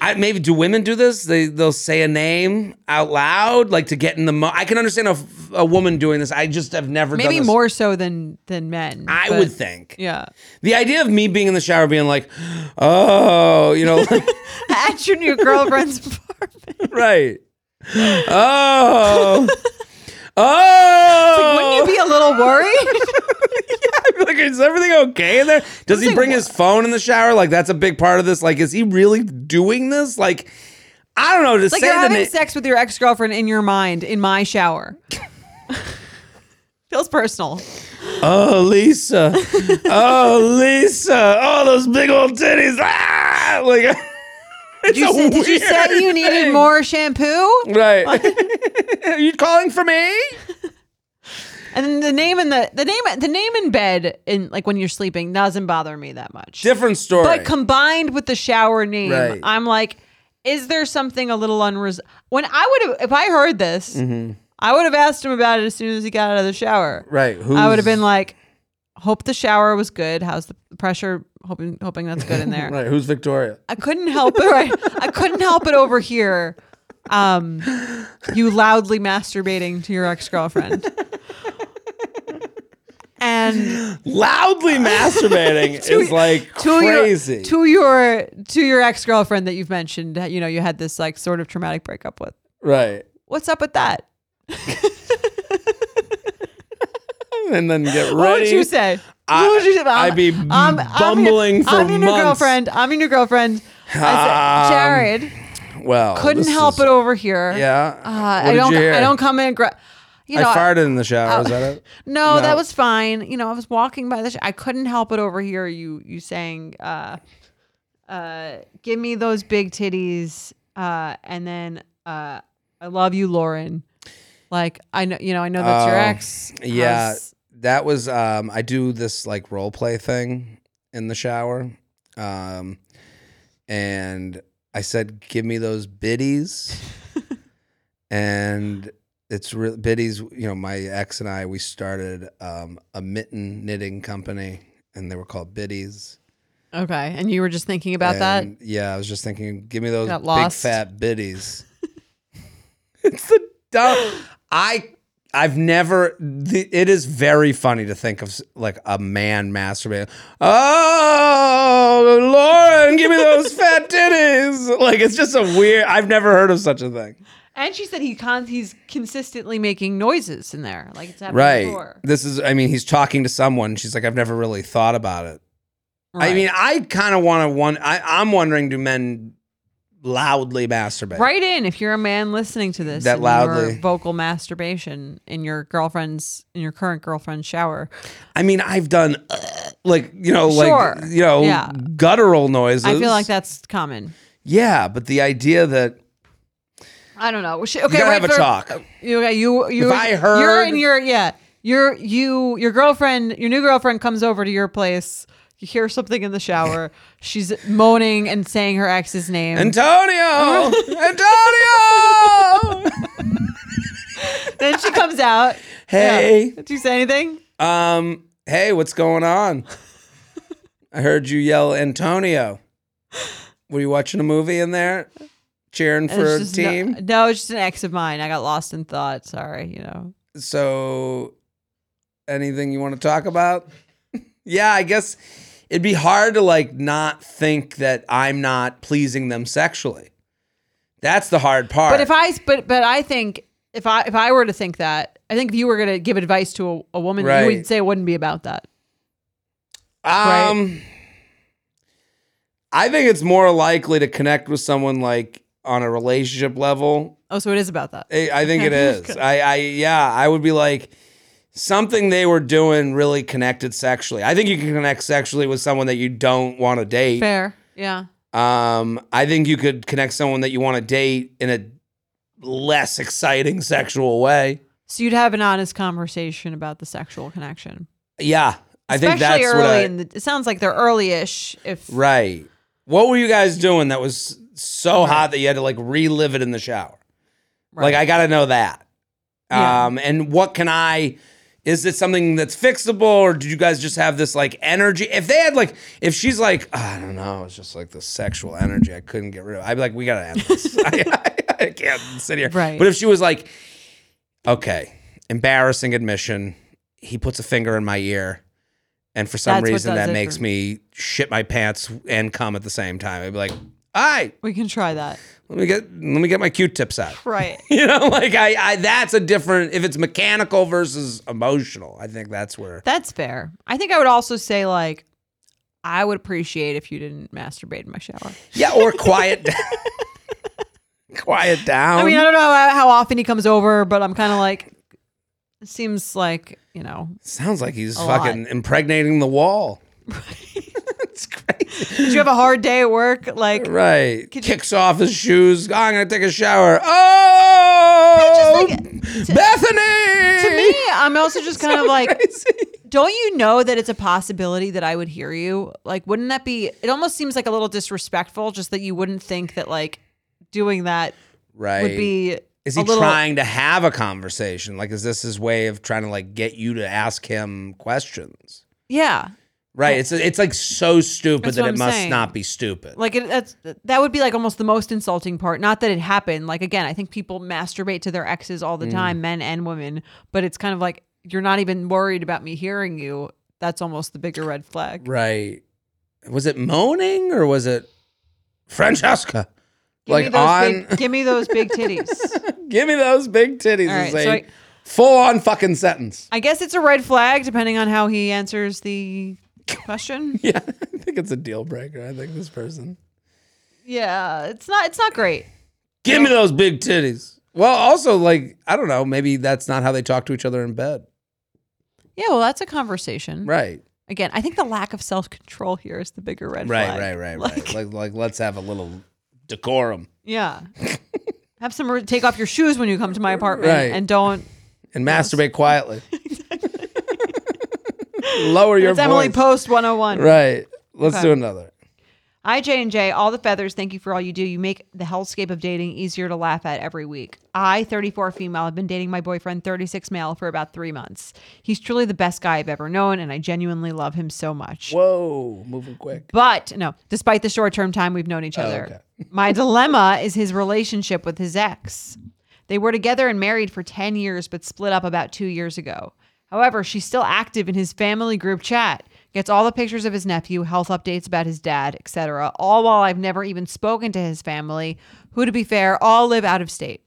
S2: I, maybe do women do this? They they'll say a name out loud, like to get in the. Mo- I can understand a, f- a woman doing this. I just have never done
S5: Maybe
S2: this.
S5: more so than than men.
S2: I
S5: but-
S2: would think
S5: Yeah.
S2: the idea of me being in the shower, being like, oh, you know,
S5: At your new girlfriend's apartment.
S2: right, oh, oh.
S5: Wouldn't you be a little worried?
S2: like, is everything okay in there? Does he bring his phone in the shower? Like, that's a big part of this. Like, is he really doing this? Like, I don't know. To
S5: It's like
S2: say
S5: you're
S2: the
S5: having
S2: name,
S5: sex with your ex girlfriend in your mind in my shower. Feels personal.
S2: oh Lisa, oh Lisa, oh those big old titties, ah! like. Did
S5: You said, did you say you needed more shampoo?
S2: Right. Are you calling for me?
S5: And then the name in the the name the name in bed in like when you're sleeping doesn't bother me that much.
S2: Different story.
S5: But combined with the shower name,
S2: Right.
S5: I'm like, is there something a little unres? When I would have, if I heard this, I would have asked him about it as soon as he got out of the shower.
S2: right.
S5: I would
S2: who's-
S5: have been like, hope the shower was good. How's the pressure? Hoping hoping that's good in there.
S2: Right. Who's Victoria?
S5: I couldn't help it. Right? I couldn't help it over here. Um, you loudly masturbating to your ex girlfriend. And
S2: Loudly masturbating is like
S5: to
S2: crazy.
S5: your to your to your ex girlfriend that you've mentioned, that, you know, you had this like sort of traumatic breakup with.
S2: right.
S5: What's up with that?
S2: And then get ready.
S5: What would you say?
S2: I-
S5: what would you say? um,
S2: I'd be bumbling
S5: I'm your,
S2: for
S5: I'm your new
S2: months.
S5: girlfriend. I'm your new girlfriend. I
S2: Um,
S5: said, Jared,
S2: Well,
S5: couldn't
S2: this
S5: help
S2: is-
S5: it over here.
S2: Yeah.
S5: Uh,
S2: What
S5: I
S2: did
S5: don't.
S2: you hear?
S5: I don't come in. Gra- you
S2: I
S5: know,
S2: farted in the shower. Is that it?
S5: no,
S2: No.
S5: that was fine. You know, I was walking by the. Sh- I couldn't help it over here. You you sang, uh, uh, give me those big titties, uh, and then uh, I love you, Lauren. Like I know, you know, I know that's your
S2: Oh,
S5: ex.
S2: Yeah.
S5: How's-
S2: That was um I do this like role play thing in the shower. Um and I said, "Give me those biddies." and it's re- biddies, you know, my ex and I we started um a mitten knitting company and they were called biddies.
S5: okay, and you were just thinking about that.
S2: And, Yeah, I was just thinking, give me those
S5: Got
S2: big
S5: lost.
S2: fat biddies. it's the dumb. I I've never. The, it is very funny to think of s- like a man masturbating. Oh, Lauren, give me those fat titties. Like it's just a weird. I've never heard of such a thing.
S5: And she said he con- he's consistently making noises in there, like it's happening
S2: Right.
S5: before.
S2: This is. I mean, he's talking to someone. She's like, I've never really thought about it. I mean, I kind of want to. One. I, I'm wondering, do men loudly masturbate?
S5: Write in if you're a man listening to this.
S2: That
S5: and
S2: loudly.
S5: your vocal masturbation in your girlfriend's in your current girlfriend's shower.
S2: I mean, I've done uh, like you know, like
S5: Sure.
S2: you know,
S5: Yeah.
S2: guttural noises.
S5: I feel like that's common.
S2: Yeah, but the idea that
S5: I don't know. She, okay,
S2: you gotta
S5: right
S2: have a
S5: for-
S2: talk.
S5: You, okay, you, you.
S2: If I
S5: you're
S2: heard-
S5: in your yeah, your you your girlfriend, your new girlfriend comes over to your place. You hear something in the shower. She's moaning and saying her ex's name.
S2: Antonio, Antonio.
S5: then she comes out.
S2: Hey.
S5: Yeah. did you say anything?
S2: um, hey, what's going on? I heard you yell, Antonio. Were you watching a movie in there, cheering
S5: And
S2: for a
S5: it's just no-
S2: team?
S5: No, it's just an ex of mine. I got lost in thought. Sorry, you know.
S2: So, anything you want to talk about? yeah, I guess it'd be hard to like not think that I'm not pleasing them sexually. That's the hard part.
S5: But if I but but I think if I if I were to think that, I think if you were gonna give advice to a, a woman, you
S2: Right.
S5: would say it wouldn't be about that.
S2: I um, I think it's more likely to connect with someone like on a relationship level.
S5: Oh, so it is about that.
S2: I I think it is. I, I yeah, I would be like, something they were doing really connected sexually. I think you can connect sexually with someone that you don't want to date.
S5: Fair. Yeah.
S2: Um, I think you could connect someone that you want to date in a less exciting sexual way.
S5: So you'd have an honest conversation about the sexual connection.
S2: Yeah, I think
S5: Especially
S2: that's
S5: early
S2: what I,
S5: in the, it sounds like they're early-ish if
S2: right. What were you guys doing that was so hot that you had to like relive it in the shower? Like I got to know that.
S5: Yeah.
S2: Um, and what can I? Is it something that's fixable, or did you guys just have this like energy? If they had like, if she's like, "Ah, I don't know, it's just like the sexual energy I couldn't get rid of. I'd be like, we gotta end this. I, I, I can't sit here.
S5: Right.
S2: But if she was like, okay, embarrassing admission, he puts a finger in my ear, and for some
S5: That's what
S2: reason
S5: does
S2: that
S5: it
S2: makes
S5: for
S2: me shit my pants and come at the same time. I'd be like, all right,
S5: we can try that.
S2: let me get let me get my Q-tips out.
S5: Right.
S2: You know, like I, I that's a different if it's mechanical versus emotional. I think that's where
S5: That's fair. I think I would also say like I would appreciate if you didn't masturbate in my shower.
S2: Yeah, or quiet down. quiet down.
S5: I mean, I don't know how often he comes over, but I'm kind of like it seems like, you know.
S2: Sounds like he's
S5: A
S2: fucking impregnating the wall. it's crazy.
S5: Did you have a hard day at work? Like
S2: Right.
S5: Could you-
S2: Kicks off his shoes. "Oh, I'm gonna take a shower. Oh
S5: Yeah, just like- to-
S2: Bethany
S5: to me, I'm also just kind of like, don't you know that it's a possibility that I would hear you? Like, wouldn't that be? It almost seems like a little disrespectful, just that you wouldn't think that like doing that
S2: Right.
S5: would be.
S2: is
S5: a
S2: he
S5: little,
S2: trying to have a conversation? Like is this his way of trying to like get you to ask him questions?
S5: Yeah,
S2: Right. It's it's like so stupid
S5: That's
S2: that
S5: what
S2: it
S5: I'm
S2: must
S5: saying.
S2: not be stupid.
S5: like it, that's that would be like almost the most insulting part. Not that it happened. Like again, I think people masturbate to their exes all the
S2: Mm.
S5: time, men and women. But it's kind of like you're not even worried about me hearing you. That's almost the bigger red flag.
S2: right. Was it moaning or was it Francesca?
S5: Give me
S2: like
S5: those
S2: on
S5: big, give me those big titties.
S2: Give me those big titties
S5: All
S2: is
S5: right,
S2: a
S5: so I-
S2: full on fucking sentence.
S5: I guess it's a red flag depending on how he answers the question.
S2: Yeah, I think it's a deal breaker. I think this person.
S5: yeah, it's not it's not great.
S2: Give me those big titties. Well, also like I don't know, maybe that's not how they talk to each other in bed.
S5: Yeah, well, that's a conversation.
S2: Right.
S5: Again, I think the lack of self-control here is the bigger red
S2: Right,
S5: flag.
S2: right, right,
S5: Like,
S2: right. Like like let's have a little decorum
S5: Yeah. Have some re- take off your shoes when you come to my apartment
S2: Right.
S5: and don't
S2: and masturbate quietly. Lower your
S5: It's Emily
S2: voice.
S5: Post 101.
S2: Right. Let's
S5: Okay.
S2: do another.
S5: Hi, J and J. All the feathers. Thank you for all you do. You make the hellscape of dating easier to laugh at every week. I, 34 female, have been dating my boyfriend, 36 male, for about three months. He's truly the best guy I've ever known, and I genuinely love him so much.
S2: Whoa, moving quick.
S5: But no, despite the short term time we've known each other, my dilemma is his relationship with his ex. They were together and married for 10 years, but split up about two years ago. However, she's still active in his family group chat, gets all the pictures of his nephew, health updates about his dad, etc., all while I've never even spoken to his family, who, to be fair, all live out of state.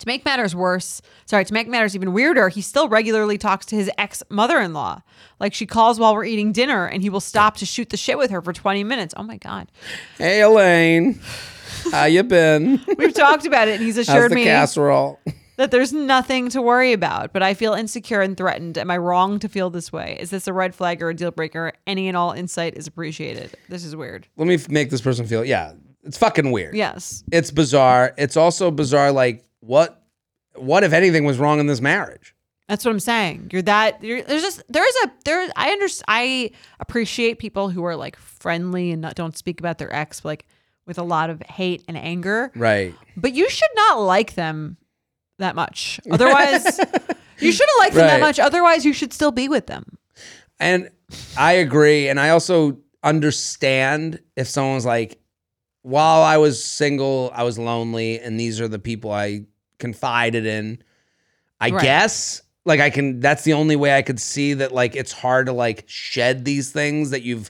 S5: To make matters worse, sorry, to make matters even weirder, he still regularly talks to his ex mother in law. Like she calls while we're eating dinner and he will stop to shoot the shit with her for 20 minutes. Oh my God.
S2: Hey Elaine. How you been?
S5: We've talked about it and he's
S2: How's
S5: assured
S2: the
S5: me
S2: casserole?
S5: that there's nothing to worry about, but I feel insecure and threatened. Am I wrong to feel this way? Is this a red flag or a deal breaker? Any and all insight is appreciated. This is weird.
S2: Let me f- make this person feel yeah. It's fucking weird.
S5: Yes.
S2: It's bizarre. It's also bizarre like what what if anything was wrong in this marriage?
S5: That's what I'm saying. You're that. You're, there's just there is a there. I understand. I appreciate people who are like friendly and not, don't speak about their ex like with a lot of hate and anger.
S2: Right.
S5: But you should not like them that much. Otherwise, you shouldn't like them
S2: Right.
S5: that much. Otherwise, you should still be with them.
S2: And I agree. And I also understand if someone's like, while I was single, I was lonely, and these are the people I confided in. I
S5: Right.
S2: guess like I can, that's the only way I could see that like it's hard to like shed these things that you've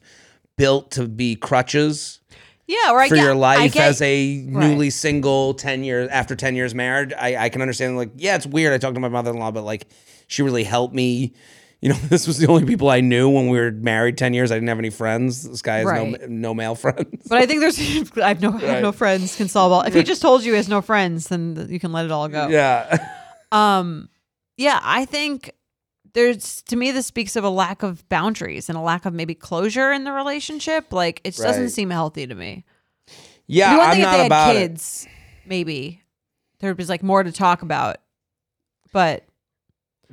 S2: built to be crutches
S5: Yeah. Or I
S2: for
S5: get,
S2: your
S5: I
S2: life
S5: get-
S2: as a
S5: Right.
S2: newly single 10 years after 10 years marriage I, I can understand like yeah it's weird i talked to my mother-in-law but like she really helped me you know this was the only people i knew when we were married 10 years i didn't have any friends this guy has no,
S5: Right.
S2: no male friends
S5: But I think there's I have no I have no friends can solve all. If he just told you he has no Oh. friends, then you can let it all go.
S2: yeah
S5: Um, yeah, I think there's to me this speaks of a lack of boundaries and a lack of maybe closure in the relationship. Like it just doesn't
S2: Right.
S5: seem healthy to me.
S2: Yeah,
S5: It'd be one
S2: I'm
S5: thing if they
S2: not
S5: had
S2: about it.
S5: kids, maybe there was like more to talk about. But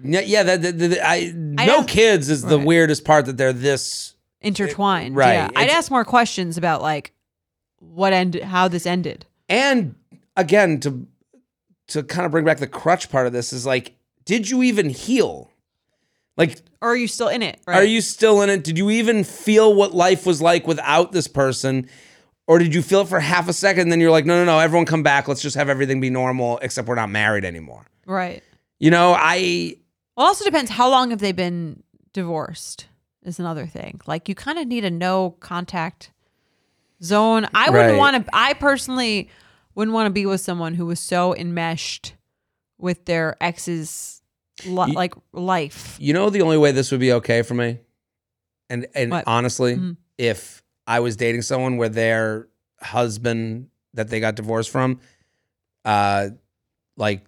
S2: Yeah, yeah. That, that, that- I, no
S5: don't-
S2: kids is the
S5: Right.
S2: weirdest part that they're this.
S5: intertwined,
S2: right.
S5: Yeah. I'd
S2: It's-
S5: ask more questions about like what end, how this ended.
S2: And again, to to kind of bring back the crutch part of this is like, did you even heal? Like,
S5: Or are you still in it? Right?
S2: are you still in it? Did you even feel what life was like without this person? Or did you feel it for half a second? And then you're like, no, no, no, everyone come back. Let's just have everything be normal, except we're not married anymore.
S5: right?
S2: You know, I
S5: Well, it also depends how long have they been divorced is another thing. Like you kind of need a no contact zone. I wouldn't
S2: Right.
S5: want to. I personally wouldn't want to be with someone who was so enmeshed with their ex's li-
S2: Ye-
S5: like life.
S2: You know the only way this would be okay for me? And and
S5: What?
S2: honestly,
S5: Mhm.
S2: if I was dating someone where their husband that they got divorced from uh like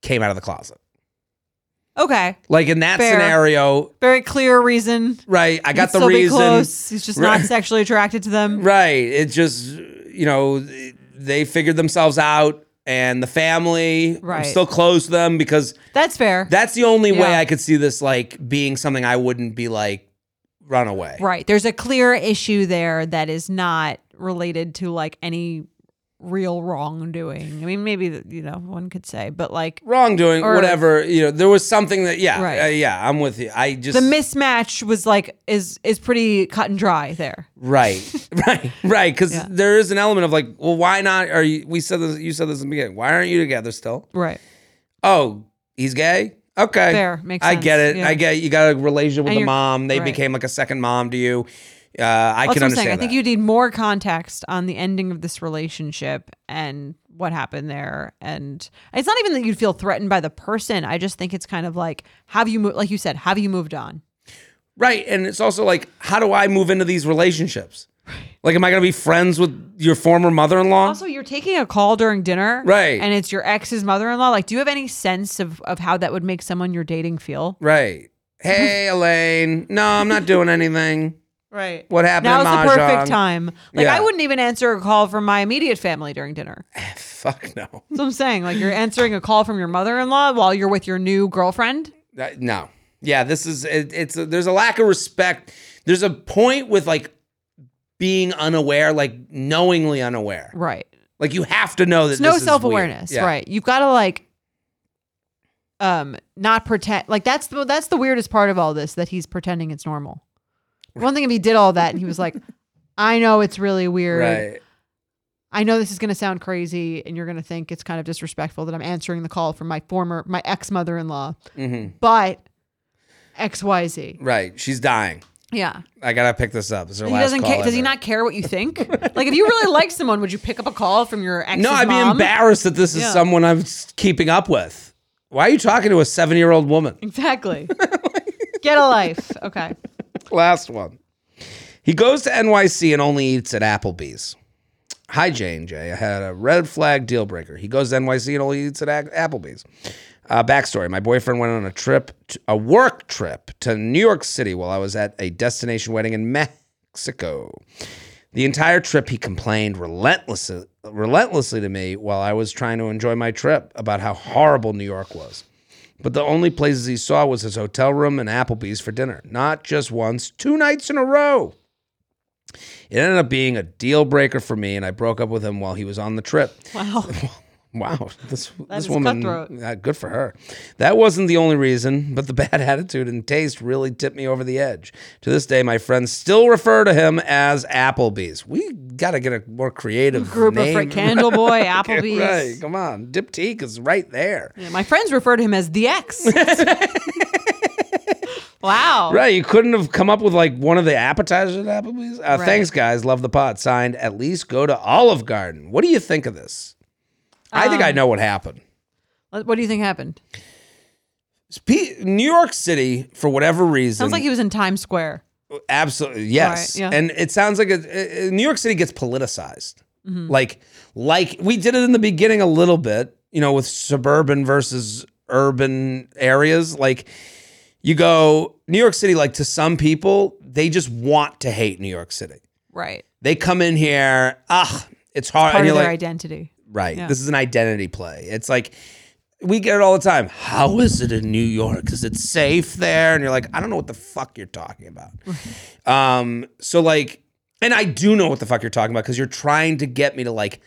S2: came out of the closet.
S5: Okay,
S2: Like in that
S5: Fair.
S2: scenario,
S5: very clear reason.
S2: right, I got
S5: He'd
S2: the
S5: still be
S2: reason.
S5: close. He's just not
S2: Right.
S5: sexually attracted to them.
S2: Right. It just you know, they figured themselves out and the family I'm
S5: Right.
S2: still close to them because
S5: That's fair.
S2: that's the only way
S5: Yeah.
S2: I could see this like being something I wouldn't be like run away.
S5: Right. There's a clear issue there that is not related to like any real wrongdoing. I mean, maybe that, you know one could say, but like
S2: wrongdoing,
S5: Or-
S2: whatever. You know, there was something that, yeah,
S5: Right.
S2: uh, yeah, I'm with you. I just
S5: the mismatch was like is is pretty cut and dry there.
S2: right, right, right, because
S5: Yeah.
S2: there is an element of like, well, why not? Are you? We said this. You said this in the beginning. Why aren't you together still?
S5: Right.
S2: Oh, he's gay. Okay,
S5: Fair. Makes
S2: I
S5: sense.
S2: get it.
S5: Yeah.
S2: I get it. you got a relationship with
S5: And
S2: the
S5: you're-
S2: mom. They
S5: right.
S2: became like a second mom to you. Uh, I
S5: That's
S2: can
S5: what I'm
S2: understand.
S5: saying. I
S2: that.
S5: think you need more context on the ending of this relationship and what happened there. And it's not even that you'd feel threatened by the person. I just think it's kind of like have you moved like you said, have you moved on?
S2: Right. And it's also like, how do I move into these relationships? Like, am I going to be friends with your former mother in law?
S5: Also, you're taking a call during dinner,
S2: Right.
S5: And it's your ex's mother-in-law. Like, do you have any sense of of how that would make someone you're dating feel?
S2: Right. Hey, Elaine. No, I'm not doing anything.
S5: Right.
S2: What happened
S5: Now's
S2: at
S5: the
S2: Mahjong?
S5: perfect time. Like,
S2: Yeah.
S5: I wouldn't even answer a call from my immediate family during dinner. That's
S2: Fuck no.
S5: what I'm saying. Like, you're answering a call from your mother-in-law while you're with your new girlfriend.
S2: That- no. Yeah, this is it, it's a, there's a lack of respect. There's a point with like being unaware, like knowingly unaware.
S5: Right.
S2: Like you have to know that
S5: It's no
S2: this is weird.
S5: self-awareness.
S2: Yeah.
S5: Right. You've got to like, um, not pretend. Like that's the that's the weirdest part of all this that he's pretending it's normal. One thing if he did all that and he was like, I know it's really weird.
S2: Right.
S5: I know this is going to sound crazy and you're going to think it's kind of disrespectful that I'm answering the call from my former, my ex mother in law,
S2: hmm
S5: but XYZ.
S2: Right. She's dying.
S5: Yeah.
S2: I gotta pick this up. It's her
S5: He
S2: last
S5: doesn't
S2: call
S5: care. Does he
S2: ever.
S5: not care what you think? like, if you really like someone, would you pick up a call from your ex?
S2: No, I'd be embarrassed that this is
S5: Yeah.
S2: someone I'm s- keeping up with. Why are you talking to a seven year old woman?
S5: Exactly. Get a life. Okay.
S2: Last one. He goes to NYC and only eats at Applebee's. Hi, Jane J. I had a red flag deal breaker. He goes to NYC and only eats at A- Applebee's. Uh, backstory My boyfriend went on a trip, t- a work trip to New York City while I was at a destination wedding in Mexico. The entire trip, he complained relentlessly, relentlessly to me while I was trying to enjoy my trip about how horrible New York was. But the only places he saw was his hotel room and Applebee's for dinner. Not just once, two nights in a row. It ended up being a deal breaker for me, and I broke up with him while he was on the trip.
S5: Wow.
S2: Wow, this this
S5: is
S2: woman,
S5: cutthroat.
S2: uh, good for her. That wasn't the only reason, but the bad attitude and taste really tipped me over the edge. To this day, my friends still refer to him as Applebee's. We got to get a more creative
S5: Group of
S2: name.
S5: fr- Candle Boy, Applebee's.
S2: right? Come on, Diptyque is right there.
S5: Yeah, my friends refer to him as the ex. wow.
S2: Right, you couldn't have come up with like one of the appetizers at Applebee's. Uh,
S5: Right.
S2: Thanks, guys. Love the pot. Signed. At least go to Olive Garden. What do you think of this? I think
S5: Um,
S2: I know what happened.
S5: What what do you think happened?
S2: Pe- New York City, for whatever reason,
S5: Sounds like he was in Times Square.
S2: Absolutely, yes.
S5: yeah.
S2: And it sounds like it, it- New York City gets politicized.
S5: Mm-hmm.
S2: Like, like we did it in the beginning a little bit, you know, with suburban versus urban areas. Like, You go, New York City, like to some people, they just want to hate New York City.
S1: Right.
S2: They come in here, ah, it's hard.
S1: Part
S2: and
S1: of
S2: you're
S1: their
S2: like,
S1: identity.
S2: right.
S1: yeah.
S2: This is an identity play. It's like, we get it all the time. How is it in New York? Is it safe there? And you're like, I don't know what the fuck you're talking about. um, so like, and I do know what the fuck you're talking about because you're trying to get me to like,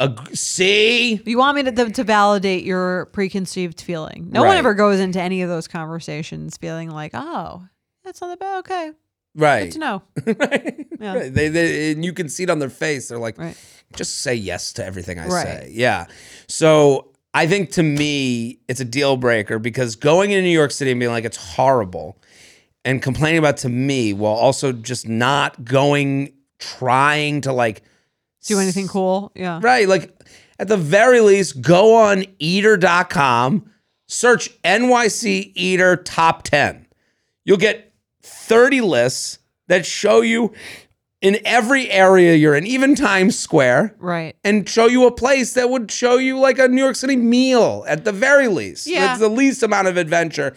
S2: ag- see,
S1: You want me to, to, to validate your preconceived feeling. No
S2: Right.
S1: one ever goes into any of those conversations feeling like, oh, that's not that bad. Okay.
S2: right?
S1: Good to know.
S2: right?
S1: Yeah.
S2: Right. They, they, and you can see it on their face. They're like,
S1: Right.
S2: just say yes to everything I
S1: Right.
S2: say. Yeah. So I think to me, it's a deal breaker because going into New York City and being like, it's horrible and complaining about to me while also just not going, trying to like,
S1: Do anything cool. Yeah.
S2: right. Like, at the very least, go on eater.com, search NYC Eater Top 10. You'll get 30 lists that show you in every area you're in, even Times Square,
S1: Right.
S2: and show you a place that would show you like a New York City meal at the very least.
S1: Yeah.
S2: That's the least amount of adventure.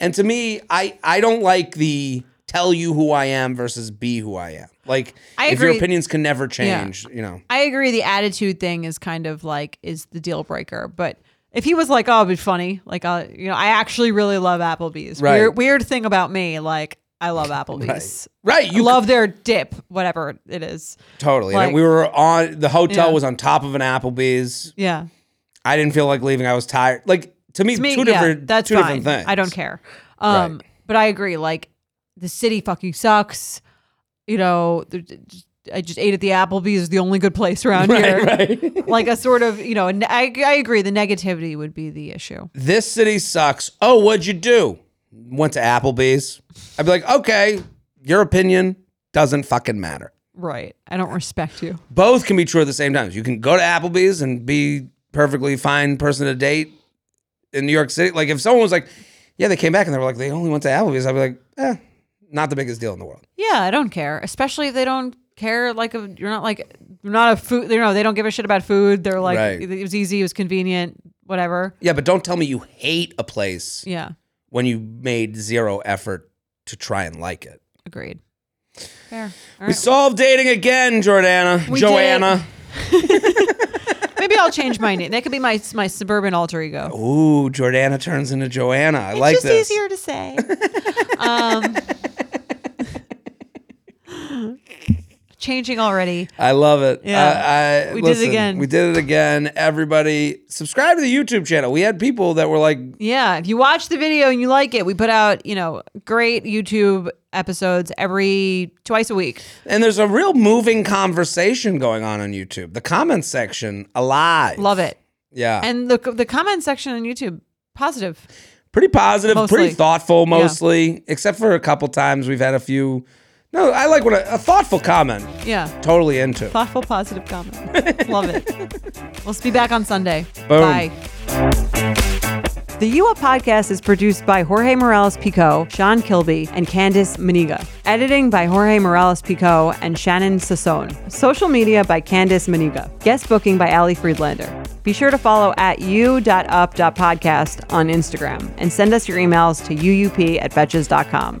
S2: And to me, I, I don't like the tell you who I am versus be who I am. Like,
S1: I
S2: if your
S1: agree.
S2: opinions can never change, you know.
S1: I agree. The attitude thing is kind of like is the deal breaker. But if he was like, "Oh, it'd be funny," like, uh, you know, I actually really love Applebee's.
S2: Right.
S1: Weird, weird thing about me, like, I love Applebee's.
S2: Right.
S1: You love their dip, whatever it is.
S2: Totally. and
S1: Like-
S2: we were on the hotel
S1: Yeah.
S2: was on top of an Applebee's.
S1: Yeah,
S2: I didn't feel like leaving. I was tired. Like to me,
S1: To me,
S2: two
S1: yeah,
S2: different
S1: that's
S2: two
S1: fine.
S2: different things.
S1: I don't care. Um, but I agree. Like, the city fucking sucks. You know, the- I just ate at the Applebee's. It's The only good place around here.
S2: Right, right.
S1: Like a sort of, you know, a ne- I, I agree. The negativity would be the issue.
S2: this city sucks. Oh, what'd you do? Went to Applebee's. I'd be like, okay, your opinion doesn't fucking matter.
S1: Right. I don't respect you.
S2: Both can be true at the same time. You can go to Applebee's and be perfectly fine person to date in New York City. Like if someone was like, yeah, they came back and they were like, they only went to Applebee's. I'd be like, eh, not the biggest deal in the world.
S1: Yeah, I don't care. Especially if they don't care. Like if you're not like you're not a food. You know, they don't give a shit about food. They're like
S2: Right.
S1: it was easy, it was convenient, whatever.
S2: Yeah, but don't tell me you hate a place
S1: Yeah,
S2: when you made zero effort to try and like it.
S1: agreed. Fair.
S2: We
S1: All right.
S2: solved dating again, Jordana.
S1: We
S2: Joanna.
S1: Maybe I'll change my name. That could be my my suburban alter ego.
S2: Ooh, Jordana turns into Joanna. I like
S1: it's just
S2: this.
S1: easier to say. um, changing already.
S2: I love it.
S1: Yeah.
S2: I- I-
S1: We did it
S2: listen,
S1: again.
S2: We did it again. Everybody, subscribe to the YouTube channel. We had people that were like,
S1: Yeah, if you watch the video and you like it, we put out you know great YouTube episodes every twice a week.
S2: and there's a real moving conversation going on on YouTube. The comment section, alive.
S1: Love it.
S2: Yeah.
S1: And the the comment section on YouTube positive.
S2: pretty positive, pretty
S1: Mostly.
S2: thoughtful mostly, except for a couple times we've had a few. No, I like when a, a thoughtful comment.
S1: Yeah.
S2: Totally into.
S1: Thoughtful positive comment. Love it. We'll be back on Sunday.
S2: Boom.
S1: Bye. The You Up podcast is produced by Jorge Morales Pico, Sean Kilby, and Candice Maniga. Editing by Jorge Morales Pico and Shannon Sassone. Social media by Candice Maniga. Guest booking by Ali Friedlander. Be sure to follow at u.up.podcast on Instagram and send us your emails to uup at betches.com.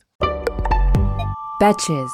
S6: Betches.